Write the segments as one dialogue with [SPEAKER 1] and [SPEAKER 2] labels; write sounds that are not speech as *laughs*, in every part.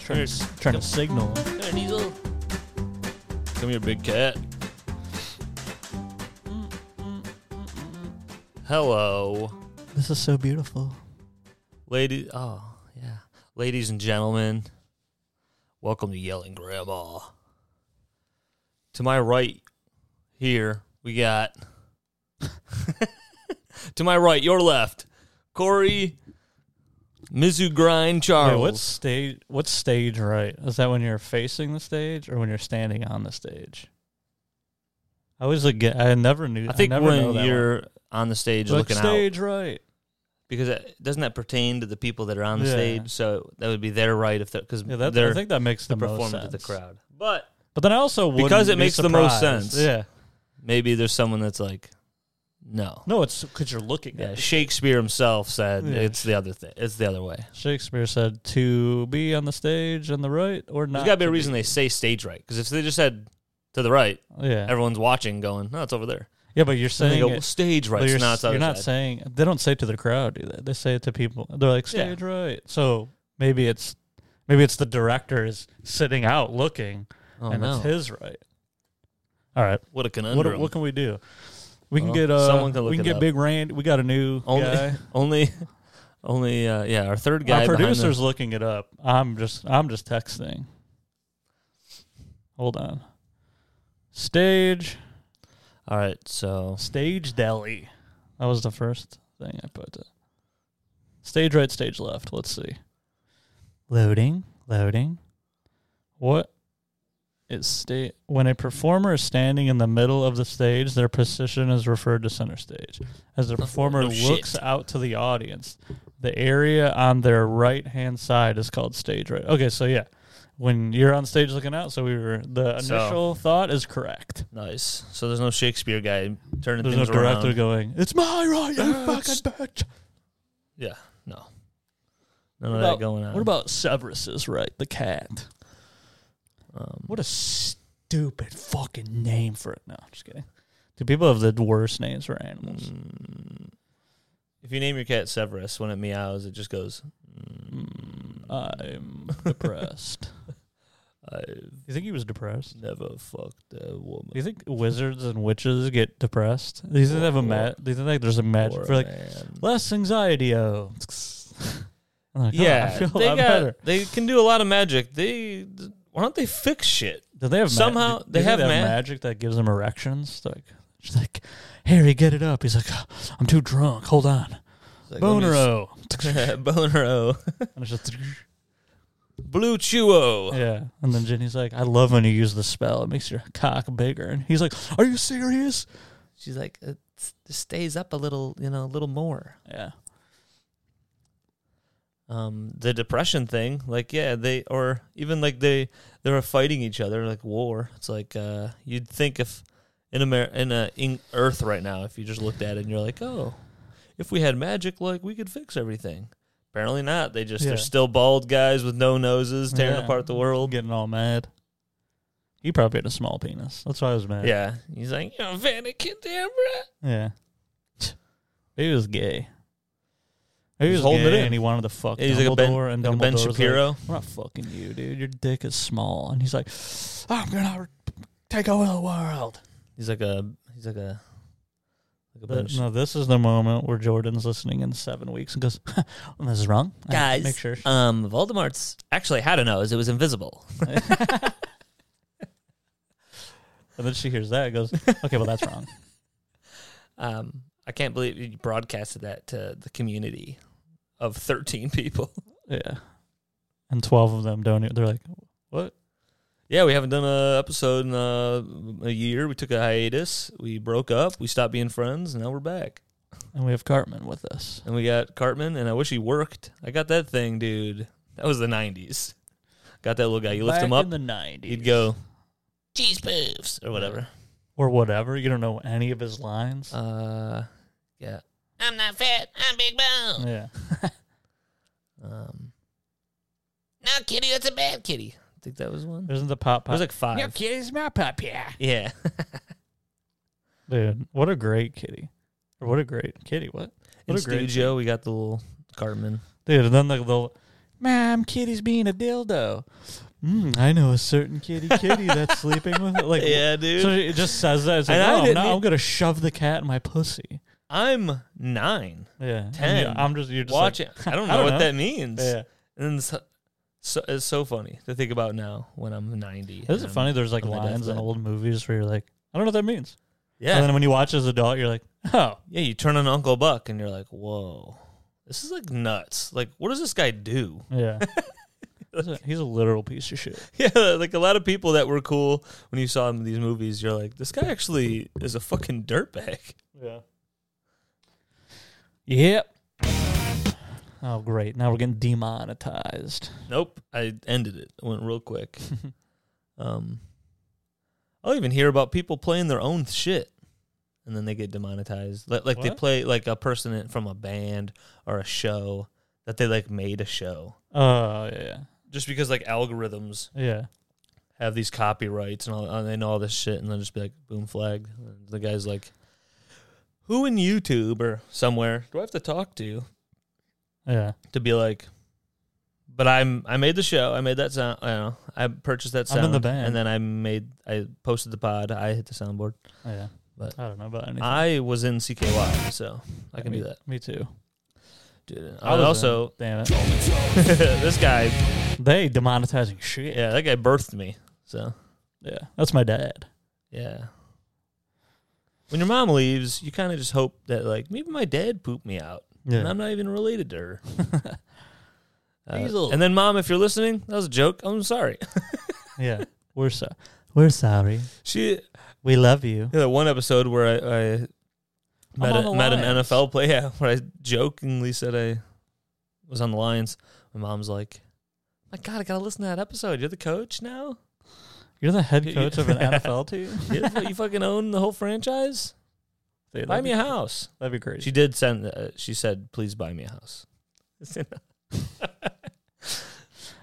[SPEAKER 1] Trying,
[SPEAKER 2] Here's-
[SPEAKER 1] trying to signal.
[SPEAKER 2] Come here, Diesel. Come here, big cat. Hello,
[SPEAKER 1] This is so beautiful.
[SPEAKER 2] ladies. Oh, yeah. Ladies and gentlemen, welcome to Yelling Grandma. To my right here, we got. *laughs* to my right, your left, Corey Mizu Grind
[SPEAKER 1] Wait,
[SPEAKER 2] Charles.
[SPEAKER 1] what stage? What stage? Right? Is that when you're facing the stage or when you're standing on the stage? I always like, get- I never knew.
[SPEAKER 2] I think
[SPEAKER 1] never know
[SPEAKER 2] when
[SPEAKER 1] that one.
[SPEAKER 2] you're on the stage
[SPEAKER 1] like
[SPEAKER 2] looking out.
[SPEAKER 1] stage right.
[SPEAKER 2] because it, doesn't that pertain to the people that are on the
[SPEAKER 1] Yeah.
[SPEAKER 2] stage? So that would be their right if because
[SPEAKER 1] Yeah, that,
[SPEAKER 2] they're
[SPEAKER 1] I think that makes the, most
[SPEAKER 2] performing
[SPEAKER 1] sense.
[SPEAKER 2] to the crowd. But
[SPEAKER 1] But then I also wouldn't
[SPEAKER 2] Because it
[SPEAKER 1] be
[SPEAKER 2] makes the most
[SPEAKER 1] surprised.
[SPEAKER 2] sense.
[SPEAKER 1] Yeah.
[SPEAKER 2] maybe there's someone that's like, no,
[SPEAKER 1] No, it's because you're looking
[SPEAKER 2] yeah.
[SPEAKER 1] at it.
[SPEAKER 2] Shakespeare himself said
[SPEAKER 1] Yeah.
[SPEAKER 2] it's the other thing. It's the other way.
[SPEAKER 1] Shakespeare said to be on the stage on the right or not.
[SPEAKER 2] There's got to be a
[SPEAKER 1] to
[SPEAKER 2] reason they say stage right because if they just said to the right,
[SPEAKER 1] Yeah.
[SPEAKER 2] everyone's watching, going, no, it's over there.
[SPEAKER 1] yeah, but you're
[SPEAKER 2] And they
[SPEAKER 1] saying
[SPEAKER 2] go
[SPEAKER 1] it-
[SPEAKER 2] well, stage right.
[SPEAKER 1] But
[SPEAKER 2] So
[SPEAKER 1] you're,
[SPEAKER 2] now
[SPEAKER 1] s-
[SPEAKER 2] it's the
[SPEAKER 1] you're
[SPEAKER 2] other
[SPEAKER 1] not
[SPEAKER 2] side.
[SPEAKER 1] saying they don't say it to the crowd, do they? They say it to people. They're like
[SPEAKER 2] Yeah.
[SPEAKER 1] stage right. So maybe it's maybe it's the director is sitting out looking,
[SPEAKER 2] Oh
[SPEAKER 1] and
[SPEAKER 2] no!
[SPEAKER 1] it's his right. All right,
[SPEAKER 2] What a conundrum.
[SPEAKER 1] what, what can we do? We can
[SPEAKER 2] Well,
[SPEAKER 1] get uh,
[SPEAKER 2] someone can look
[SPEAKER 1] we can
[SPEAKER 2] it
[SPEAKER 1] get
[SPEAKER 2] up.
[SPEAKER 1] Big Randy. We got a new
[SPEAKER 2] Only-
[SPEAKER 1] guy.
[SPEAKER 2] only, only, uh, yeah. Our third guy.
[SPEAKER 1] Our
[SPEAKER 2] behind *laughs* the-
[SPEAKER 1] producer's looking it up. I'm just I'm just texting. Hold on. Stage
[SPEAKER 2] All right, so
[SPEAKER 1] stage deli. That was the first thing I put. Stage right, stage left. Let's see. Loading, loading. What is stage? When a performer is standing in the middle of the stage, their position is referred to center stage. As the performer
[SPEAKER 2] no Oh, shit.
[SPEAKER 1] looks out to the audience, the area on their right hand side is called stage right. Okay, so yeah, when you're on stage looking out, so we were the
[SPEAKER 2] So-
[SPEAKER 1] initial thought is correct.
[SPEAKER 2] Nice. So there's no Shakespeare guy turning
[SPEAKER 1] There's no
[SPEAKER 2] things around.
[SPEAKER 1] director going, it's my right, you
[SPEAKER 2] Yeah,
[SPEAKER 1] fucking
[SPEAKER 2] it's-
[SPEAKER 1] bitch.
[SPEAKER 2] yeah. No. None
[SPEAKER 1] What
[SPEAKER 2] of
[SPEAKER 1] about-
[SPEAKER 2] that going on.
[SPEAKER 1] What about Severus's right, the cat?
[SPEAKER 2] Um,
[SPEAKER 1] What a stupid fucking name for it. No, just kidding. Do people have the worst names for animals?
[SPEAKER 2] mm, if you name your cat Severus, when it meows, it just goes.
[SPEAKER 1] Mm, I'm depressed.
[SPEAKER 2] I've
[SPEAKER 1] *laughs* You think he was depressed?
[SPEAKER 2] never fucked a woman.
[SPEAKER 1] Do you think wizards and witches get depressed? Do you think they have a ma- Do you think like, there's a
[SPEAKER 2] or
[SPEAKER 1] magic
[SPEAKER 2] a
[SPEAKER 1] for like
[SPEAKER 2] man.
[SPEAKER 1] *laughs* less anxiety? *laughs* Oh, I'm like, oh,
[SPEAKER 2] yeah,
[SPEAKER 1] I feel a
[SPEAKER 2] they
[SPEAKER 1] lot
[SPEAKER 2] got.
[SPEAKER 1] better.
[SPEAKER 2] They can do a lot of magic. They why don't they fix shit?
[SPEAKER 1] Do they have ma-
[SPEAKER 2] Somehow
[SPEAKER 1] do- do
[SPEAKER 2] they
[SPEAKER 1] you think
[SPEAKER 2] have
[SPEAKER 1] they
[SPEAKER 2] ma-
[SPEAKER 1] magic that gives them erections. Like, she's like, Harry, get it up. He's like, "Oh, I'm too drunk. Hold on,
[SPEAKER 2] It's Like, let me
[SPEAKER 1] Bonero.
[SPEAKER 2] s- *laughs* Bonero.
[SPEAKER 1] and it's
[SPEAKER 2] *laughs*
[SPEAKER 1] just, *laughs*
[SPEAKER 2] Blue Chewo.
[SPEAKER 1] yeah. And then Jenny's like, I love when you use the spell. It makes your cock bigger. And he's like, Are you serious?
[SPEAKER 2] She's like, it s- stays up a little, you know, a little more.
[SPEAKER 1] Yeah.
[SPEAKER 2] um the depression thing like yeah they or even like they they were fighting each other like war it's like uh you'd think if in Amer- in, uh, in earth right now if you just looked at it and you're like oh if we had magic like we could fix everything apparently not they just
[SPEAKER 1] Yeah.
[SPEAKER 2] they're still bald guys with no noses tearing
[SPEAKER 1] Yeah.
[SPEAKER 2] apart the world
[SPEAKER 1] Getting all mad. He probably had a small penis. That's why I was mad.
[SPEAKER 2] yeah he's like you know vatican Debra.
[SPEAKER 1] Yeah. He was gay. He
[SPEAKER 2] He's
[SPEAKER 1] was
[SPEAKER 2] holding it
[SPEAKER 1] holding it
[SPEAKER 2] in.
[SPEAKER 1] and he wanted to fuck
[SPEAKER 2] He's like a
[SPEAKER 1] Dumbledore,
[SPEAKER 2] Ben-
[SPEAKER 1] and
[SPEAKER 2] like a
[SPEAKER 1] Dumbledore
[SPEAKER 2] ben
[SPEAKER 1] was like,
[SPEAKER 2] shapiro
[SPEAKER 1] We're not fucking you, dude. Your dick is small. And he's like, I'm gonna take over the world.
[SPEAKER 2] he's like a he's like a like a
[SPEAKER 1] But
[SPEAKER 2] bunch-
[SPEAKER 1] no, this is the moment where Jordan's listening in seven weeks and goes, *laughs* "This is wrong, I have to
[SPEAKER 2] Guys.
[SPEAKER 1] Make sure."
[SPEAKER 2] um voldemort's actually had a nose it was invisible
[SPEAKER 1] And then she hears that and *laughs* goes, "Okay, well that's wrong."
[SPEAKER 2] Um, I can't believe you broadcasted that to the community of 13 people. *laughs*
[SPEAKER 1] yeah. And twelve of them don't. e- They're like, "What?"
[SPEAKER 2] Yeah, we haven't done a episode in uh, a, a year. We took a hiatus. We broke up. We stopped being friends. And now we're back.
[SPEAKER 1] And we have Cartman with us.
[SPEAKER 2] And we got Cartman. And I wish he worked. I got that thing, dude. That was the 90s. Got that little guy. You lift him
[SPEAKER 1] Back
[SPEAKER 2] up,
[SPEAKER 1] in the nineties.
[SPEAKER 2] he'd go, cheese poofs, or whatever.
[SPEAKER 1] or whatever. You don't know any of his lines.
[SPEAKER 2] Uh, yeah. I'm not fat. I'm big bone.
[SPEAKER 1] yeah.
[SPEAKER 2] Um, no, kitty, that's a bad kitty. I think that was one.
[SPEAKER 1] Isn't the pop
[SPEAKER 2] It was
[SPEAKER 1] pop?
[SPEAKER 2] like five.
[SPEAKER 1] kitty's my pop, yeah.
[SPEAKER 2] Yeah.
[SPEAKER 1] Dude, what a great kitty. Or what a great kitty. What?
[SPEAKER 2] In
[SPEAKER 1] What a great
[SPEAKER 2] studio, we got the little Cartman.
[SPEAKER 1] Dude, and then the, the Mom, kitty's being a dildo. Mm, I know a certain kitty kitty that's sleeping with it. Like,
[SPEAKER 2] *laughs* yeah, dude.
[SPEAKER 1] So it just says that. It's like,
[SPEAKER 2] And I
[SPEAKER 1] no, I'm,
[SPEAKER 2] didn't
[SPEAKER 1] not,
[SPEAKER 2] e-
[SPEAKER 1] I'm gonna shove the cat in my pussy.
[SPEAKER 2] I'm nine.
[SPEAKER 1] Yeah, And
[SPEAKER 2] Ten.
[SPEAKER 1] you- I'm just you're just
[SPEAKER 2] Watch
[SPEAKER 1] like,
[SPEAKER 2] it. I don't know
[SPEAKER 1] *laughs* I don't
[SPEAKER 2] what
[SPEAKER 1] know.
[SPEAKER 2] that means.
[SPEAKER 1] Yeah,
[SPEAKER 2] And so, so it's so funny to think about now when I'm 90.
[SPEAKER 1] is
[SPEAKER 2] and
[SPEAKER 1] it funny? There's like
[SPEAKER 2] on my
[SPEAKER 1] lines in
[SPEAKER 2] deathbed.
[SPEAKER 1] old movies where you're like, I don't know what that means.
[SPEAKER 2] Yeah.
[SPEAKER 1] And then when you watch as an adult, you're like,
[SPEAKER 2] *laughs*
[SPEAKER 1] oh,
[SPEAKER 2] yeah, you turn on Uncle Buck and you're like, whoa, this is like nuts. Like, what does this guy do? *laughs*
[SPEAKER 1] yeah. He's a- he's a literal piece of shit.
[SPEAKER 2] Yeah, like a lot of people that were cool when you saw him in these movies, you're like, this guy actually is a fucking dirtbag.
[SPEAKER 1] Yeah. Yep. Oh, great. Now we're getting demonetized.
[SPEAKER 2] Nope, I ended it. It went real quick. um, I'll even hear about people playing their own shit, and then they get demonetized. Like, like they
[SPEAKER 1] What?
[SPEAKER 2] play like a person in- from a band or a show that they like made a show
[SPEAKER 1] Oh, yeah.
[SPEAKER 2] just because like algorithms
[SPEAKER 1] Yeah.
[SPEAKER 2] have these copyrights and all and they know all this shit and they'll just be like boom flag. And the guy's like, "Who in YouTube or somewhere do I have to talk to
[SPEAKER 1] Yeah.
[SPEAKER 2] to be like?" But I'm I made the show. I made that sound. I don't know. I purchased that
[SPEAKER 1] I'm
[SPEAKER 2] sound.
[SPEAKER 1] in the band.
[SPEAKER 2] And then I made I posted the pod. I hit the soundboard.
[SPEAKER 1] Yeah. yeah.
[SPEAKER 2] But-
[SPEAKER 1] I don't know about anything.
[SPEAKER 2] I was in CKY, so I can
[SPEAKER 1] me,
[SPEAKER 2] do that.
[SPEAKER 1] Me too.
[SPEAKER 2] Dude,
[SPEAKER 1] I
[SPEAKER 2] I uh,
[SPEAKER 1] was in.
[SPEAKER 2] also
[SPEAKER 1] Damn it. *laughs*
[SPEAKER 2] this guy.
[SPEAKER 1] They demonetizing shit.
[SPEAKER 2] Yeah, that guy birthed me. So
[SPEAKER 1] Yeah. That's my dad.
[SPEAKER 2] Yeah. When your mom leaves, you kind of just hope that like maybe my dad pooped me out, and
[SPEAKER 1] Yeah.
[SPEAKER 2] I'm not even related to her. Uh,
[SPEAKER 1] Hazel.
[SPEAKER 2] and then, mom, if you're listening, that was a joke. I'm sorry.
[SPEAKER 1] *laughs* yeah. We're so we're sorry.
[SPEAKER 2] she
[SPEAKER 1] We love you.
[SPEAKER 2] yeah, that one episode where I, I met,
[SPEAKER 1] on the
[SPEAKER 2] a, met an
[SPEAKER 1] Lions.
[SPEAKER 2] NFL player yeah, *laughs* where I jokingly said I was on the Lions. My mom's like, "My God, I gotta listen to that episode. You're the coach
[SPEAKER 1] *laughs*
[SPEAKER 2] now.
[SPEAKER 1] You're the head
[SPEAKER 2] You- *laughs*
[SPEAKER 1] coach of an NFL team. *laughs*
[SPEAKER 2] You, you fucking own the whole franchise.
[SPEAKER 1] Dude,
[SPEAKER 2] Buy
[SPEAKER 1] that'd,
[SPEAKER 2] me
[SPEAKER 1] be,
[SPEAKER 2] a house."
[SPEAKER 1] that'd be crazy.
[SPEAKER 2] She did send. Uh, she said, "Please buy me a
[SPEAKER 1] *laughs*
[SPEAKER 2] house."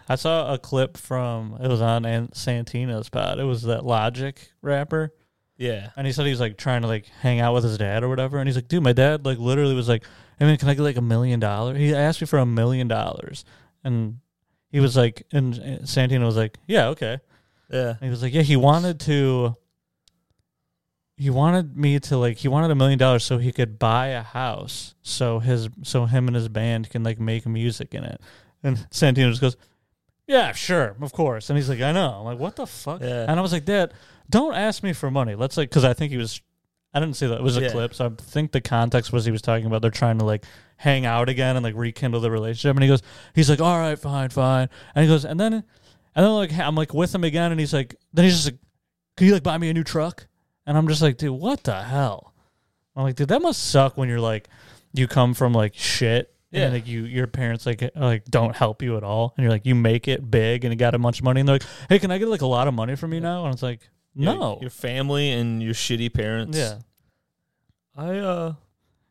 [SPEAKER 1] I saw a clip from it was on An- Santino's pod. It was that Logic rapper.
[SPEAKER 2] yeah.
[SPEAKER 1] And he said he was like trying to like hang out with his dad or whatever. And he's like, dude, my dad like literally was like, I mean, can I get like a million dollars? He asked me for a million dollars. And he was like, and uh, Santino was like, yeah, okay.
[SPEAKER 2] Yeah.
[SPEAKER 1] And he was like, yeah, he wanted to, he wanted me to like, he wanted a million dollars so he could buy a house. So his, so him and his band can like make music in it. And Santino just goes, yeah, sure, of course. And he's like, I know. I'm like, what the fuck?
[SPEAKER 2] Yeah.
[SPEAKER 1] And I was like, Dad, don't ask me for money. Let's like, because I think he was, I didn't see that. It was a
[SPEAKER 2] Yeah.
[SPEAKER 1] clip. So I think the context was he was talking about they're trying to like hang out again and like rekindle the relationship. And he goes, he's like, all right, fine, fine. And he goes, and then, and then like, I'm like with him again. And he's like, then he's just like, can you like buy me a new truck? And I'm just like, dude, what the hell? I'm like, dude, that must suck when you're like, you come from like shit.
[SPEAKER 2] Yeah.
[SPEAKER 1] And like you, your parents like uh, like don't help you at all, and you're like you make it big and you got a bunch of money, and they're like, hey, can I get like a lot of money from you now? And it's like,
[SPEAKER 2] Your-
[SPEAKER 1] no,
[SPEAKER 2] Your, family and your shitty parents.
[SPEAKER 1] yeah,
[SPEAKER 2] I uh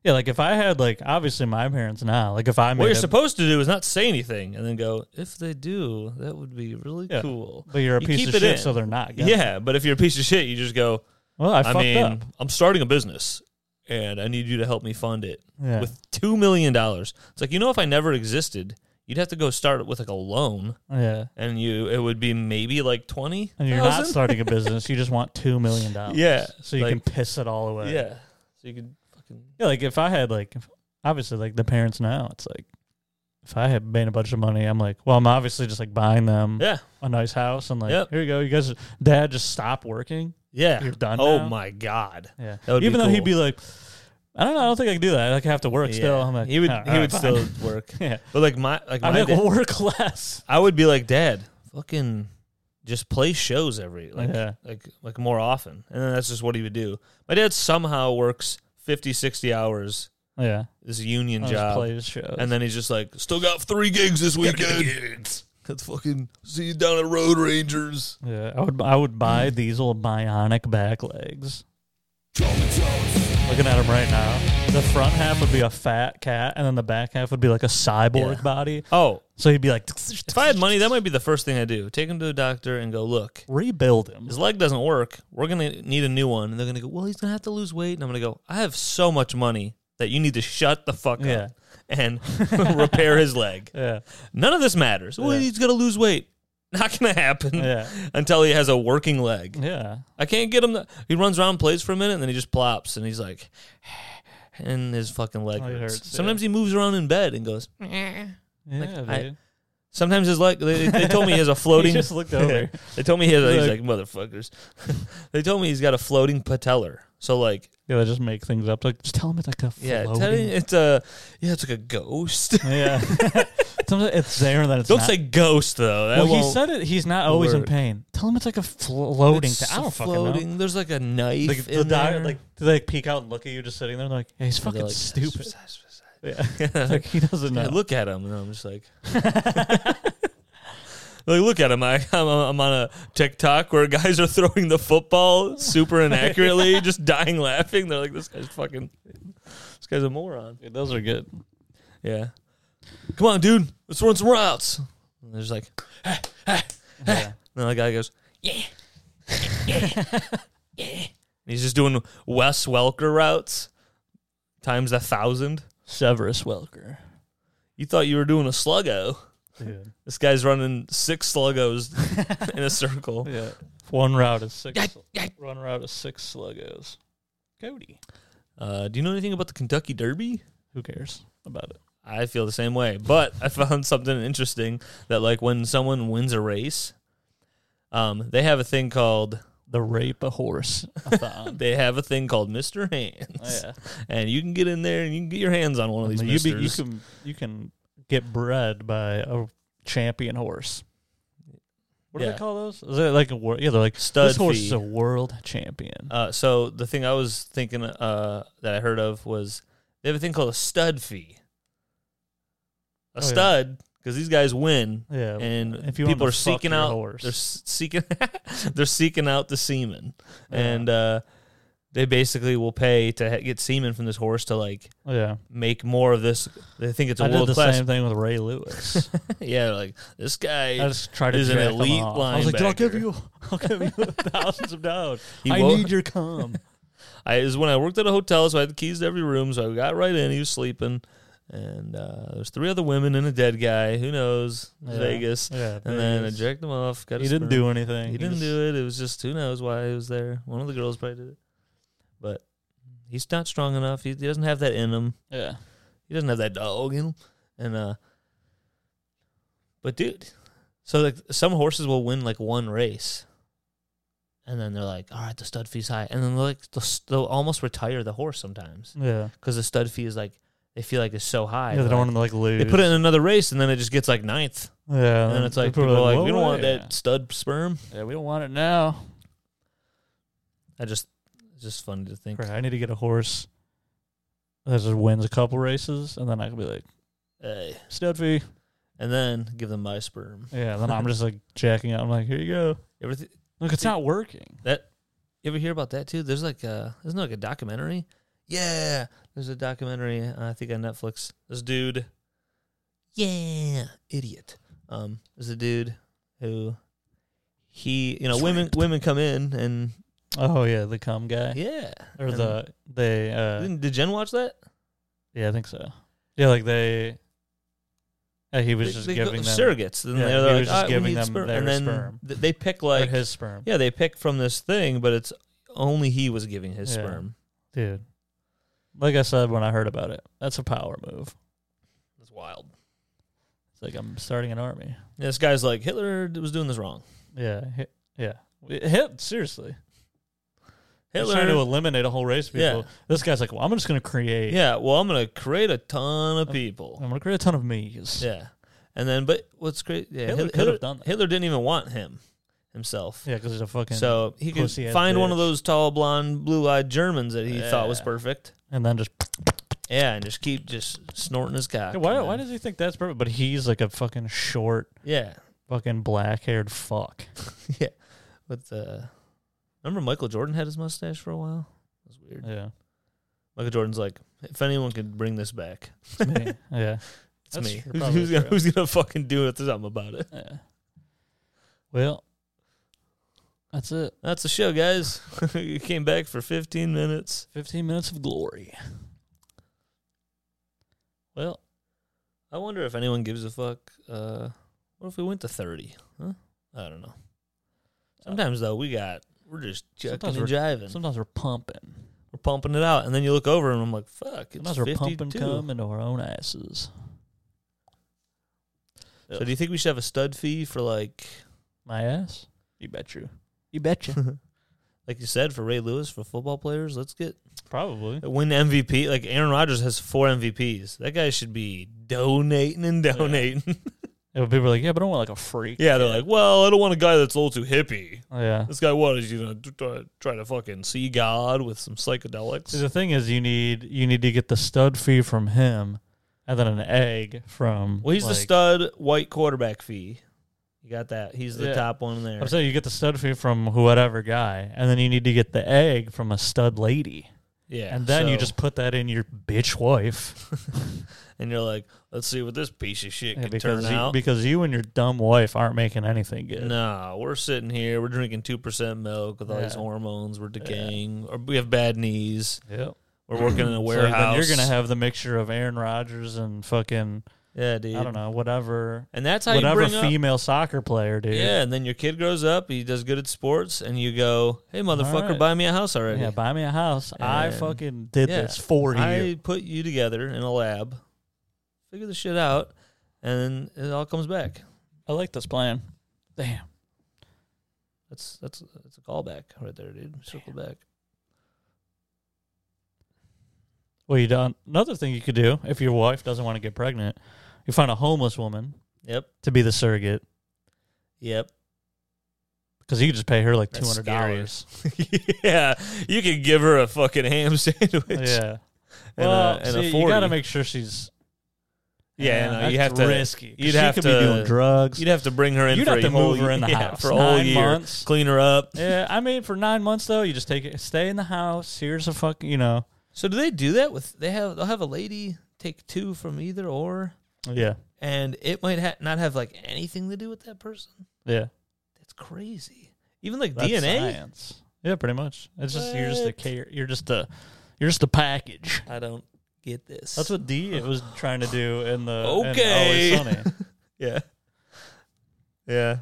[SPEAKER 1] yeah. Like if I had like obviously my parents now, like if I made
[SPEAKER 2] what you're
[SPEAKER 1] a-
[SPEAKER 2] supposed to do is not say anything and then go, if they do, that would be really
[SPEAKER 1] Yeah.
[SPEAKER 2] cool.
[SPEAKER 1] but you're a
[SPEAKER 2] you
[SPEAKER 1] piece
[SPEAKER 2] keep
[SPEAKER 1] of
[SPEAKER 2] it
[SPEAKER 1] shit,
[SPEAKER 2] in.
[SPEAKER 1] so they're not.
[SPEAKER 2] Yeah.
[SPEAKER 1] gonna-
[SPEAKER 2] but if you're a piece of shit, you just go,
[SPEAKER 1] Well, I,
[SPEAKER 2] I,
[SPEAKER 1] fucked
[SPEAKER 2] mean,
[SPEAKER 1] up.
[SPEAKER 2] I'm starting a business and I need you to help me fund it
[SPEAKER 1] Yeah.
[SPEAKER 2] with two million dollars. It's like, you know, if I never existed, you'd have to go start it with like a loan
[SPEAKER 1] yeah.
[SPEAKER 2] and you it would be maybe like twenty.
[SPEAKER 1] And you're not starting a business. You just want two million
[SPEAKER 2] *laughs*
[SPEAKER 1] dollars.
[SPEAKER 2] Yeah,
[SPEAKER 1] So you
[SPEAKER 2] like-
[SPEAKER 1] can piss it all away.
[SPEAKER 2] Yeah. So you could fucking
[SPEAKER 1] Yeah, like if I had like if- obviously like the parents now, it's like if I had made a bunch of money, I'm like, well, I'm obviously just like buying them
[SPEAKER 2] Yeah.
[SPEAKER 1] a nice house and like
[SPEAKER 2] Yep.
[SPEAKER 1] here you go, you guys, dad, just stop working,
[SPEAKER 2] Yeah.
[SPEAKER 1] you're done.
[SPEAKER 2] Oh
[SPEAKER 1] now."
[SPEAKER 2] my god.
[SPEAKER 1] yeah.
[SPEAKER 2] that would be
[SPEAKER 1] Even though he'd
[SPEAKER 2] cool.
[SPEAKER 1] be like, I don't know, I don't think I can do that. Like I have to work still.
[SPEAKER 2] Yeah.
[SPEAKER 1] I'm like,
[SPEAKER 2] he would
[SPEAKER 1] "All
[SPEAKER 2] he
[SPEAKER 1] right,
[SPEAKER 2] would
[SPEAKER 1] fine." *laughs*
[SPEAKER 2] still work.
[SPEAKER 1] yeah.
[SPEAKER 2] But like my like
[SPEAKER 1] I'm
[SPEAKER 2] my
[SPEAKER 1] like
[SPEAKER 2] dad-
[SPEAKER 1] work less.
[SPEAKER 2] I would be like dad, fucking just play shows every like
[SPEAKER 1] Yeah.
[SPEAKER 2] like like more often. And then that's just what he would do. My dad somehow works 50 60 hours
[SPEAKER 1] Yeah.
[SPEAKER 2] this union
[SPEAKER 1] I'll just
[SPEAKER 2] job.
[SPEAKER 1] play his shows.
[SPEAKER 2] And then he's just like still got 3 gigs this weekend. Let's fucking see you down at Road Rangers.
[SPEAKER 1] yeah. I would I would buy
[SPEAKER 2] Mm.
[SPEAKER 1] these little bionic back legs. Looking at him right now. The front half would be a fat cat, and then the back half would be like a cyborg
[SPEAKER 2] Yeah.
[SPEAKER 1] body.
[SPEAKER 2] Oh,
[SPEAKER 1] So he'd be like,
[SPEAKER 2] if *laughs* I had money, that might be the first thing I do. Take him to the doctor and go, "Look,
[SPEAKER 1] rebuild him.
[SPEAKER 2] his leg doesn't work. We're gonna need a new one. And they're gonna go, well, he's gonna have to lose weight. And I'm gonna go, I have so much money that you need to shut the fuck
[SPEAKER 1] Yeah.
[SPEAKER 2] up
[SPEAKER 1] *laughs*
[SPEAKER 2] and repair his leg.
[SPEAKER 1] Yeah.
[SPEAKER 2] None of this matters. Well,
[SPEAKER 1] Yeah.
[SPEAKER 2] he's gonna lose weight. Not gonna happen
[SPEAKER 1] Yeah.
[SPEAKER 2] until he has a working leg.
[SPEAKER 1] Yeah.
[SPEAKER 2] I can't get him. The, he runs around, plays for a minute, and then he just plops, and he's like, *sighs* and his fucking leg
[SPEAKER 1] Oh, it
[SPEAKER 2] hurts.
[SPEAKER 1] hurts, yeah.
[SPEAKER 2] Sometimes he moves around in bed and goes. "Meh."
[SPEAKER 1] Yeah,
[SPEAKER 2] I-
[SPEAKER 1] dude.
[SPEAKER 2] Sometimes his leg. They, they told me he has a floating.
[SPEAKER 1] *laughs* He just
[SPEAKER 2] *laughs*
[SPEAKER 1] looked over.
[SPEAKER 2] they told me he has. A, he's like
[SPEAKER 1] Look.
[SPEAKER 2] motherfuckers. *laughs* they told me he's got a floating patellar. So like,
[SPEAKER 1] yeah, they just make things up. Like, just tell him it's like a
[SPEAKER 2] yeah,
[SPEAKER 1] floating-
[SPEAKER 2] tell you it's a yeah, it's like a ghost.
[SPEAKER 1] yeah. *laughs* Sometimes it's there and then it's
[SPEAKER 2] Don't
[SPEAKER 1] not.
[SPEAKER 2] say ghost though. That
[SPEAKER 1] Well, he
[SPEAKER 2] won't-
[SPEAKER 1] said it. He's not always in
[SPEAKER 2] work.
[SPEAKER 1] pain. Tell him it's like a floating.
[SPEAKER 2] it's
[SPEAKER 1] thing. I don't fucking know.
[SPEAKER 2] floating. There's like a knife.
[SPEAKER 1] Like the
[SPEAKER 2] in
[SPEAKER 1] doctor,
[SPEAKER 2] there.
[SPEAKER 1] like do they like, peek out and look at you just sitting there? and They're like, yeah, he's
[SPEAKER 2] And they're
[SPEAKER 1] fucking
[SPEAKER 2] like,
[SPEAKER 1] *laughs* stupid. Yeah, *laughs* like he doesn't
[SPEAKER 2] I
[SPEAKER 1] know.
[SPEAKER 2] look at him and I'm just like, *laughs* like look at him. I, I'm, I'm on a TikTok where guys are throwing the football
[SPEAKER 1] *laughs*
[SPEAKER 2] super inaccurately, just dying laughing. They're like, this guy's fucking, this guy's a moron.
[SPEAKER 1] Dude, those are good.
[SPEAKER 2] Yeah. Come on, dude. Let's run some routes. And they're just like,
[SPEAKER 1] Yeah.
[SPEAKER 2] and the guy goes, yeah, yeah, yeah. And he's just doing Wes Welker routes times a thousand.
[SPEAKER 1] Severus Welker.
[SPEAKER 2] You thought you were doing a sluggo.
[SPEAKER 1] Dude.
[SPEAKER 2] This guy's running six
[SPEAKER 1] *laughs*
[SPEAKER 2] sluggos in a circle.
[SPEAKER 1] Yeah. One route is six. One route is six sluggos. Cody.
[SPEAKER 2] Uh, do you know anything about the Kentucky Derby?
[SPEAKER 1] Who cares about it?
[SPEAKER 2] I feel the same way, but I found something interesting that like when someone wins a race, um, they have a thing called
[SPEAKER 1] The rape a horse. oh,
[SPEAKER 2] they have a thing called Mister Hands,
[SPEAKER 1] yeah.
[SPEAKER 2] and you can get in there and you can get your hands on one of these.
[SPEAKER 1] you, be- you
[SPEAKER 2] misters.
[SPEAKER 1] can you can get bred by a champion horse. What do
[SPEAKER 2] Yeah.
[SPEAKER 1] they call those? Is it like a wor- yeah? They're like
[SPEAKER 2] Stud
[SPEAKER 1] This horse
[SPEAKER 2] fee.
[SPEAKER 1] is a world champion.
[SPEAKER 2] Uh, so the thing I was thinking uh, that I heard of was they have a thing called a stud fee. A
[SPEAKER 1] Oh, yeah.
[SPEAKER 2] stud because these guys win,
[SPEAKER 1] yeah,
[SPEAKER 2] and
[SPEAKER 1] if you
[SPEAKER 2] people
[SPEAKER 1] wanna
[SPEAKER 2] are
[SPEAKER 1] fuck
[SPEAKER 2] seeking
[SPEAKER 1] your
[SPEAKER 2] out
[SPEAKER 1] horse.
[SPEAKER 2] they're s- seeking *laughs* they're seeking out the semen,
[SPEAKER 1] Yeah.
[SPEAKER 2] and uh, they basically will pay to ha- get semen from this horse to like
[SPEAKER 1] yeah.
[SPEAKER 2] make more of this. They think it's
[SPEAKER 1] I
[SPEAKER 2] a
[SPEAKER 1] did
[SPEAKER 2] world
[SPEAKER 1] the
[SPEAKER 2] class.
[SPEAKER 1] same thing with Ray Lewis.
[SPEAKER 2] *laughs* yeah, they're like this
[SPEAKER 1] I
[SPEAKER 2] guy.
[SPEAKER 1] just tried to
[SPEAKER 2] He's an
[SPEAKER 1] jack him
[SPEAKER 2] elite
[SPEAKER 1] off. I was like, dude, I'll give
[SPEAKER 2] linebacker.
[SPEAKER 1] you, *laughs* I'll give you thousands of dollars.
[SPEAKER 2] He
[SPEAKER 1] I
[SPEAKER 2] woke-
[SPEAKER 1] need your
[SPEAKER 2] *laughs*
[SPEAKER 1] cum.
[SPEAKER 2] I it was when I worked at a hotel, so I had the keys to every room. So I got right in. He was sleeping, and uh, there was three other women and a dead guy. Who knows?
[SPEAKER 1] Yeah.
[SPEAKER 2] Vegas.
[SPEAKER 1] yeah,
[SPEAKER 2] And then I
[SPEAKER 1] Vegas.
[SPEAKER 2] jerked him off. Got
[SPEAKER 1] he
[SPEAKER 2] his
[SPEAKER 1] didn't
[SPEAKER 2] sperm.
[SPEAKER 1] do anything.
[SPEAKER 2] He didn't do it. It was just who knows why he was there. One of the girls probably did it, but he's not strong enough. He, he doesn't have that in him.
[SPEAKER 1] Yeah,
[SPEAKER 2] He doesn't have that dog in him. And uh, but dude, so like some horses will win like one race, and then they're like, all right, the stud fee's high, and then they're like they'll, they'll almost retire the horse sometimes
[SPEAKER 1] yeah.
[SPEAKER 2] because the stud fee is like they feel like it's so high.
[SPEAKER 1] Hmm. yeah they
[SPEAKER 2] they're like-
[SPEAKER 1] don't want him to like lose.
[SPEAKER 2] they put it in another race, and then it just gets like ninth,
[SPEAKER 1] Yeah,
[SPEAKER 2] and then it's like
[SPEAKER 1] people are
[SPEAKER 2] people are like
[SPEAKER 1] "Whoa,
[SPEAKER 2] we don't want
[SPEAKER 1] yeah.
[SPEAKER 2] that stud sperm.
[SPEAKER 1] Yeah, we don't want it now.
[SPEAKER 2] I just it's just funny to think.
[SPEAKER 1] Right, I need to get a horse that just wins a couple races, and then I can be like,
[SPEAKER 2] Hey.
[SPEAKER 1] Steffi.
[SPEAKER 2] And then give them my sperm.
[SPEAKER 1] Yeah, then I'm
[SPEAKER 2] *laughs*
[SPEAKER 1] just like jacking out. I'm like, here you go.
[SPEAKER 2] You ever, th-
[SPEAKER 1] Look, it's not working.
[SPEAKER 2] that, you ever hear about that too? There's like a, isn't there like a documentary? Yeah. There's a documentary, uh, I think on Netflix. This dude, yeah, idiot. Um, there's a dude who he, you know, women women come in and
[SPEAKER 1] Oh yeah, the cum guy
[SPEAKER 2] yeah.
[SPEAKER 1] or the they. Uh,
[SPEAKER 2] Didn't- did Jen watch that?
[SPEAKER 1] yeah, I think so. Yeah, like they. uh, he was
[SPEAKER 2] They-
[SPEAKER 1] just
[SPEAKER 2] they go-
[SPEAKER 1] giving them
[SPEAKER 2] surrogates. And
[SPEAKER 1] Yeah,
[SPEAKER 2] they're
[SPEAKER 1] he
[SPEAKER 2] like,
[SPEAKER 1] was just
[SPEAKER 2] "All right, we
[SPEAKER 1] giving
[SPEAKER 2] need
[SPEAKER 1] them
[SPEAKER 2] sperm."
[SPEAKER 1] their
[SPEAKER 2] and then
[SPEAKER 1] sperm.
[SPEAKER 2] th- they pick
[SPEAKER 1] or
[SPEAKER 2] like
[SPEAKER 1] his sperm.
[SPEAKER 2] Yeah, they pick from this thing, but it's only he was giving his
[SPEAKER 1] Yeah.
[SPEAKER 2] sperm.
[SPEAKER 1] dude. Like I said when I heard about it, that's a power move.
[SPEAKER 2] That's wild.
[SPEAKER 1] It's like I'm starting an army.
[SPEAKER 2] this guy's like Hitler was doing this wrong.
[SPEAKER 1] Yeah, hi- yeah. Hit seriously. He's
[SPEAKER 2] Hitler.
[SPEAKER 1] trying to eliminate a whole race of people.
[SPEAKER 2] Yeah.
[SPEAKER 1] This guy's like, well, I'm just going to create.
[SPEAKER 2] yeah, well, I'm gonna create a ton
[SPEAKER 1] Oh.
[SPEAKER 2] of people.
[SPEAKER 1] I'm going to create a ton of me's.
[SPEAKER 2] Yeah, and then but what's great? Yeah,
[SPEAKER 1] Hitler
[SPEAKER 2] Hitler,
[SPEAKER 1] could
[SPEAKER 2] Hitler,
[SPEAKER 1] have done that.
[SPEAKER 2] Hitler didn't even want him himself.
[SPEAKER 1] Yeah, because he's a fucking.
[SPEAKER 2] So he could
[SPEAKER 1] pussy-ass
[SPEAKER 2] find one
[SPEAKER 1] bitch.
[SPEAKER 2] of those tall, blonde, blue-eyed Germans that he thought was
[SPEAKER 1] Yeah.
[SPEAKER 2] perfect.
[SPEAKER 1] and then just.
[SPEAKER 2] Yeah, and just keep just snorting his cock.
[SPEAKER 1] Yeah, why,
[SPEAKER 2] and
[SPEAKER 1] why
[SPEAKER 2] then-
[SPEAKER 1] does he think that's perfect? But he's like a fucking short,
[SPEAKER 2] *laughs* yeah,
[SPEAKER 1] fucking black haired fuck.
[SPEAKER 2] yeah. But uh, remember Michael Jordan had his mustache for a while. It was weird. *laughs*
[SPEAKER 1] Yeah.
[SPEAKER 2] Michael Jordan's like, if anyone could bring this back,
[SPEAKER 1] It's me. yeah.
[SPEAKER 2] it's
[SPEAKER 1] That's
[SPEAKER 2] me. *laughs*
[SPEAKER 1] true,
[SPEAKER 2] Who's,
[SPEAKER 1] probably
[SPEAKER 2] who's gonna,
[SPEAKER 1] true.
[SPEAKER 2] who's gonna fucking do it? something about it.
[SPEAKER 1] yeah. Well, that's it.
[SPEAKER 2] That's the show, *laughs* guys. you came back for 15 minutes.
[SPEAKER 1] 15 minutes of glory.
[SPEAKER 2] Well, I wonder if anyone gives a fuck. Uh, what if we went to thirty? Huh? I don't know. Sometimes though, we got we're just chucking and
[SPEAKER 1] Sometimes
[SPEAKER 2] jiving.
[SPEAKER 1] Sometimes we're pumping.
[SPEAKER 2] we're pumping it out, and then you look over, and I'm like, "Fuck!" It's
[SPEAKER 1] Sometimes we're pumping
[SPEAKER 2] 52.
[SPEAKER 1] cum into our own asses.
[SPEAKER 2] So, do you think we should have a stud fee for like,
[SPEAKER 1] My ass? You bet you. You betcha.
[SPEAKER 2] *laughs* like you said, for Ray Lewis for football players? Let's get
[SPEAKER 1] Probably.
[SPEAKER 2] win MVP. Like Aaron Rodgers has four MVPs. That guy should be donating and donating. Yeah,
[SPEAKER 1] And people are like, yeah, but I don't want like a freak.
[SPEAKER 2] they're like, "Well, I don't want a guy that's a little too hippie."
[SPEAKER 1] Yeah.
[SPEAKER 2] This guy what is he gonna t- t- try to fucking see God with some
[SPEAKER 1] See,
[SPEAKER 2] psychedelics?
[SPEAKER 1] the thing is, you need you need to get the stud fee from him, and then an egg from.
[SPEAKER 2] Well, he's the
[SPEAKER 1] like-
[SPEAKER 2] stud white quarterback fee. You got that? He's the
[SPEAKER 1] Yeah.
[SPEAKER 2] top one there.
[SPEAKER 1] I'm saying you get the stud fee from whatever guy, and then you need to get the egg from a stud lady,
[SPEAKER 2] Yeah,
[SPEAKER 1] and then you
[SPEAKER 2] so-
[SPEAKER 1] just put that in your bitch wife
[SPEAKER 2] *laughs* and you're like, let's see what this piece of shit
[SPEAKER 1] *laughs* Yeah,
[SPEAKER 2] can
[SPEAKER 1] because
[SPEAKER 2] turn
[SPEAKER 1] you,
[SPEAKER 2] out.
[SPEAKER 1] because you and your dumb wife aren't making anything good.
[SPEAKER 2] Nah, we're sitting here. We're drinking two percent milk with all these
[SPEAKER 1] Yeah.
[SPEAKER 2] hormones. We're decaying. Or we have bad knees.
[SPEAKER 1] Yep.
[SPEAKER 2] We're working in a
[SPEAKER 1] *clears throat* So then
[SPEAKER 2] warehouse.
[SPEAKER 1] you're gonna have the mixture of Aaron Rodgers and fucking
[SPEAKER 2] yeah, dude.
[SPEAKER 1] I don't know whatever
[SPEAKER 2] And that's how you
[SPEAKER 1] whatever
[SPEAKER 2] bring up-
[SPEAKER 1] female soccer player, dude.
[SPEAKER 2] Yeah, and then your kid grows up. He does good at sports, and you go, "Hey, motherfucker,
[SPEAKER 1] right.
[SPEAKER 2] buy me a house already."
[SPEAKER 1] Yeah, buy me a house. I
[SPEAKER 2] And-
[SPEAKER 1] fucking did
[SPEAKER 2] Yeah.
[SPEAKER 1] this for you.
[SPEAKER 2] I put you together in a lab, figure the shit out, and then it all comes back.
[SPEAKER 1] I like this plan. Damn.
[SPEAKER 2] That's that's that's a callback right there, dude. Circle back.
[SPEAKER 1] Well, you don't. Another thing you could do if your wife doesn't want to get pregnant, you find a homeless woman
[SPEAKER 2] Yep.
[SPEAKER 1] to be the surrogate
[SPEAKER 2] Yep. *laughs*
[SPEAKER 1] because you could just pay her like two
[SPEAKER 2] That's
[SPEAKER 1] hundred dollars.
[SPEAKER 2] yeah. You could give her a fucking ham *laughs* sandwich.
[SPEAKER 1] *laughs* Yeah.
[SPEAKER 2] And
[SPEAKER 1] well,
[SPEAKER 2] a, and
[SPEAKER 1] see,
[SPEAKER 2] a 40.
[SPEAKER 1] you got to make sure she's.
[SPEAKER 2] Yeah, no, you
[SPEAKER 1] that's
[SPEAKER 2] have to-
[SPEAKER 1] risky. 'cause
[SPEAKER 2] you'd
[SPEAKER 1] she
[SPEAKER 2] have
[SPEAKER 1] could
[SPEAKER 2] to-
[SPEAKER 1] be doing drugs.
[SPEAKER 2] You'd have to bring her in.
[SPEAKER 1] You'd
[SPEAKER 2] for
[SPEAKER 1] have
[SPEAKER 2] a
[SPEAKER 1] to
[SPEAKER 2] whole
[SPEAKER 1] move her in the
[SPEAKER 2] year-
[SPEAKER 1] house
[SPEAKER 2] for a whole
[SPEAKER 1] Nine
[SPEAKER 2] year. *laughs*
[SPEAKER 1] months.
[SPEAKER 2] Clean her up.
[SPEAKER 1] yeah, I mean, for nine months though, you just take it, stay in the house. Here's a fucking, you know,
[SPEAKER 2] So do they do that with? They have they'll have a lady take two from either or,
[SPEAKER 1] yeah,
[SPEAKER 2] and it might ha- not have like anything to do with that person.
[SPEAKER 1] yeah,
[SPEAKER 2] That's crazy. Even like
[SPEAKER 1] That's
[SPEAKER 2] DNA.
[SPEAKER 1] science. Yeah, pretty much. It's just you're just the
[SPEAKER 2] What?
[SPEAKER 1] care. You're just the you're just the package.
[SPEAKER 2] I don't get this.
[SPEAKER 1] That's
[SPEAKER 2] *laughs*
[SPEAKER 1] what D was trying to do in the in
[SPEAKER 2] Okay.
[SPEAKER 1] Always Sunny.
[SPEAKER 2] *laughs* Yeah. Yeah.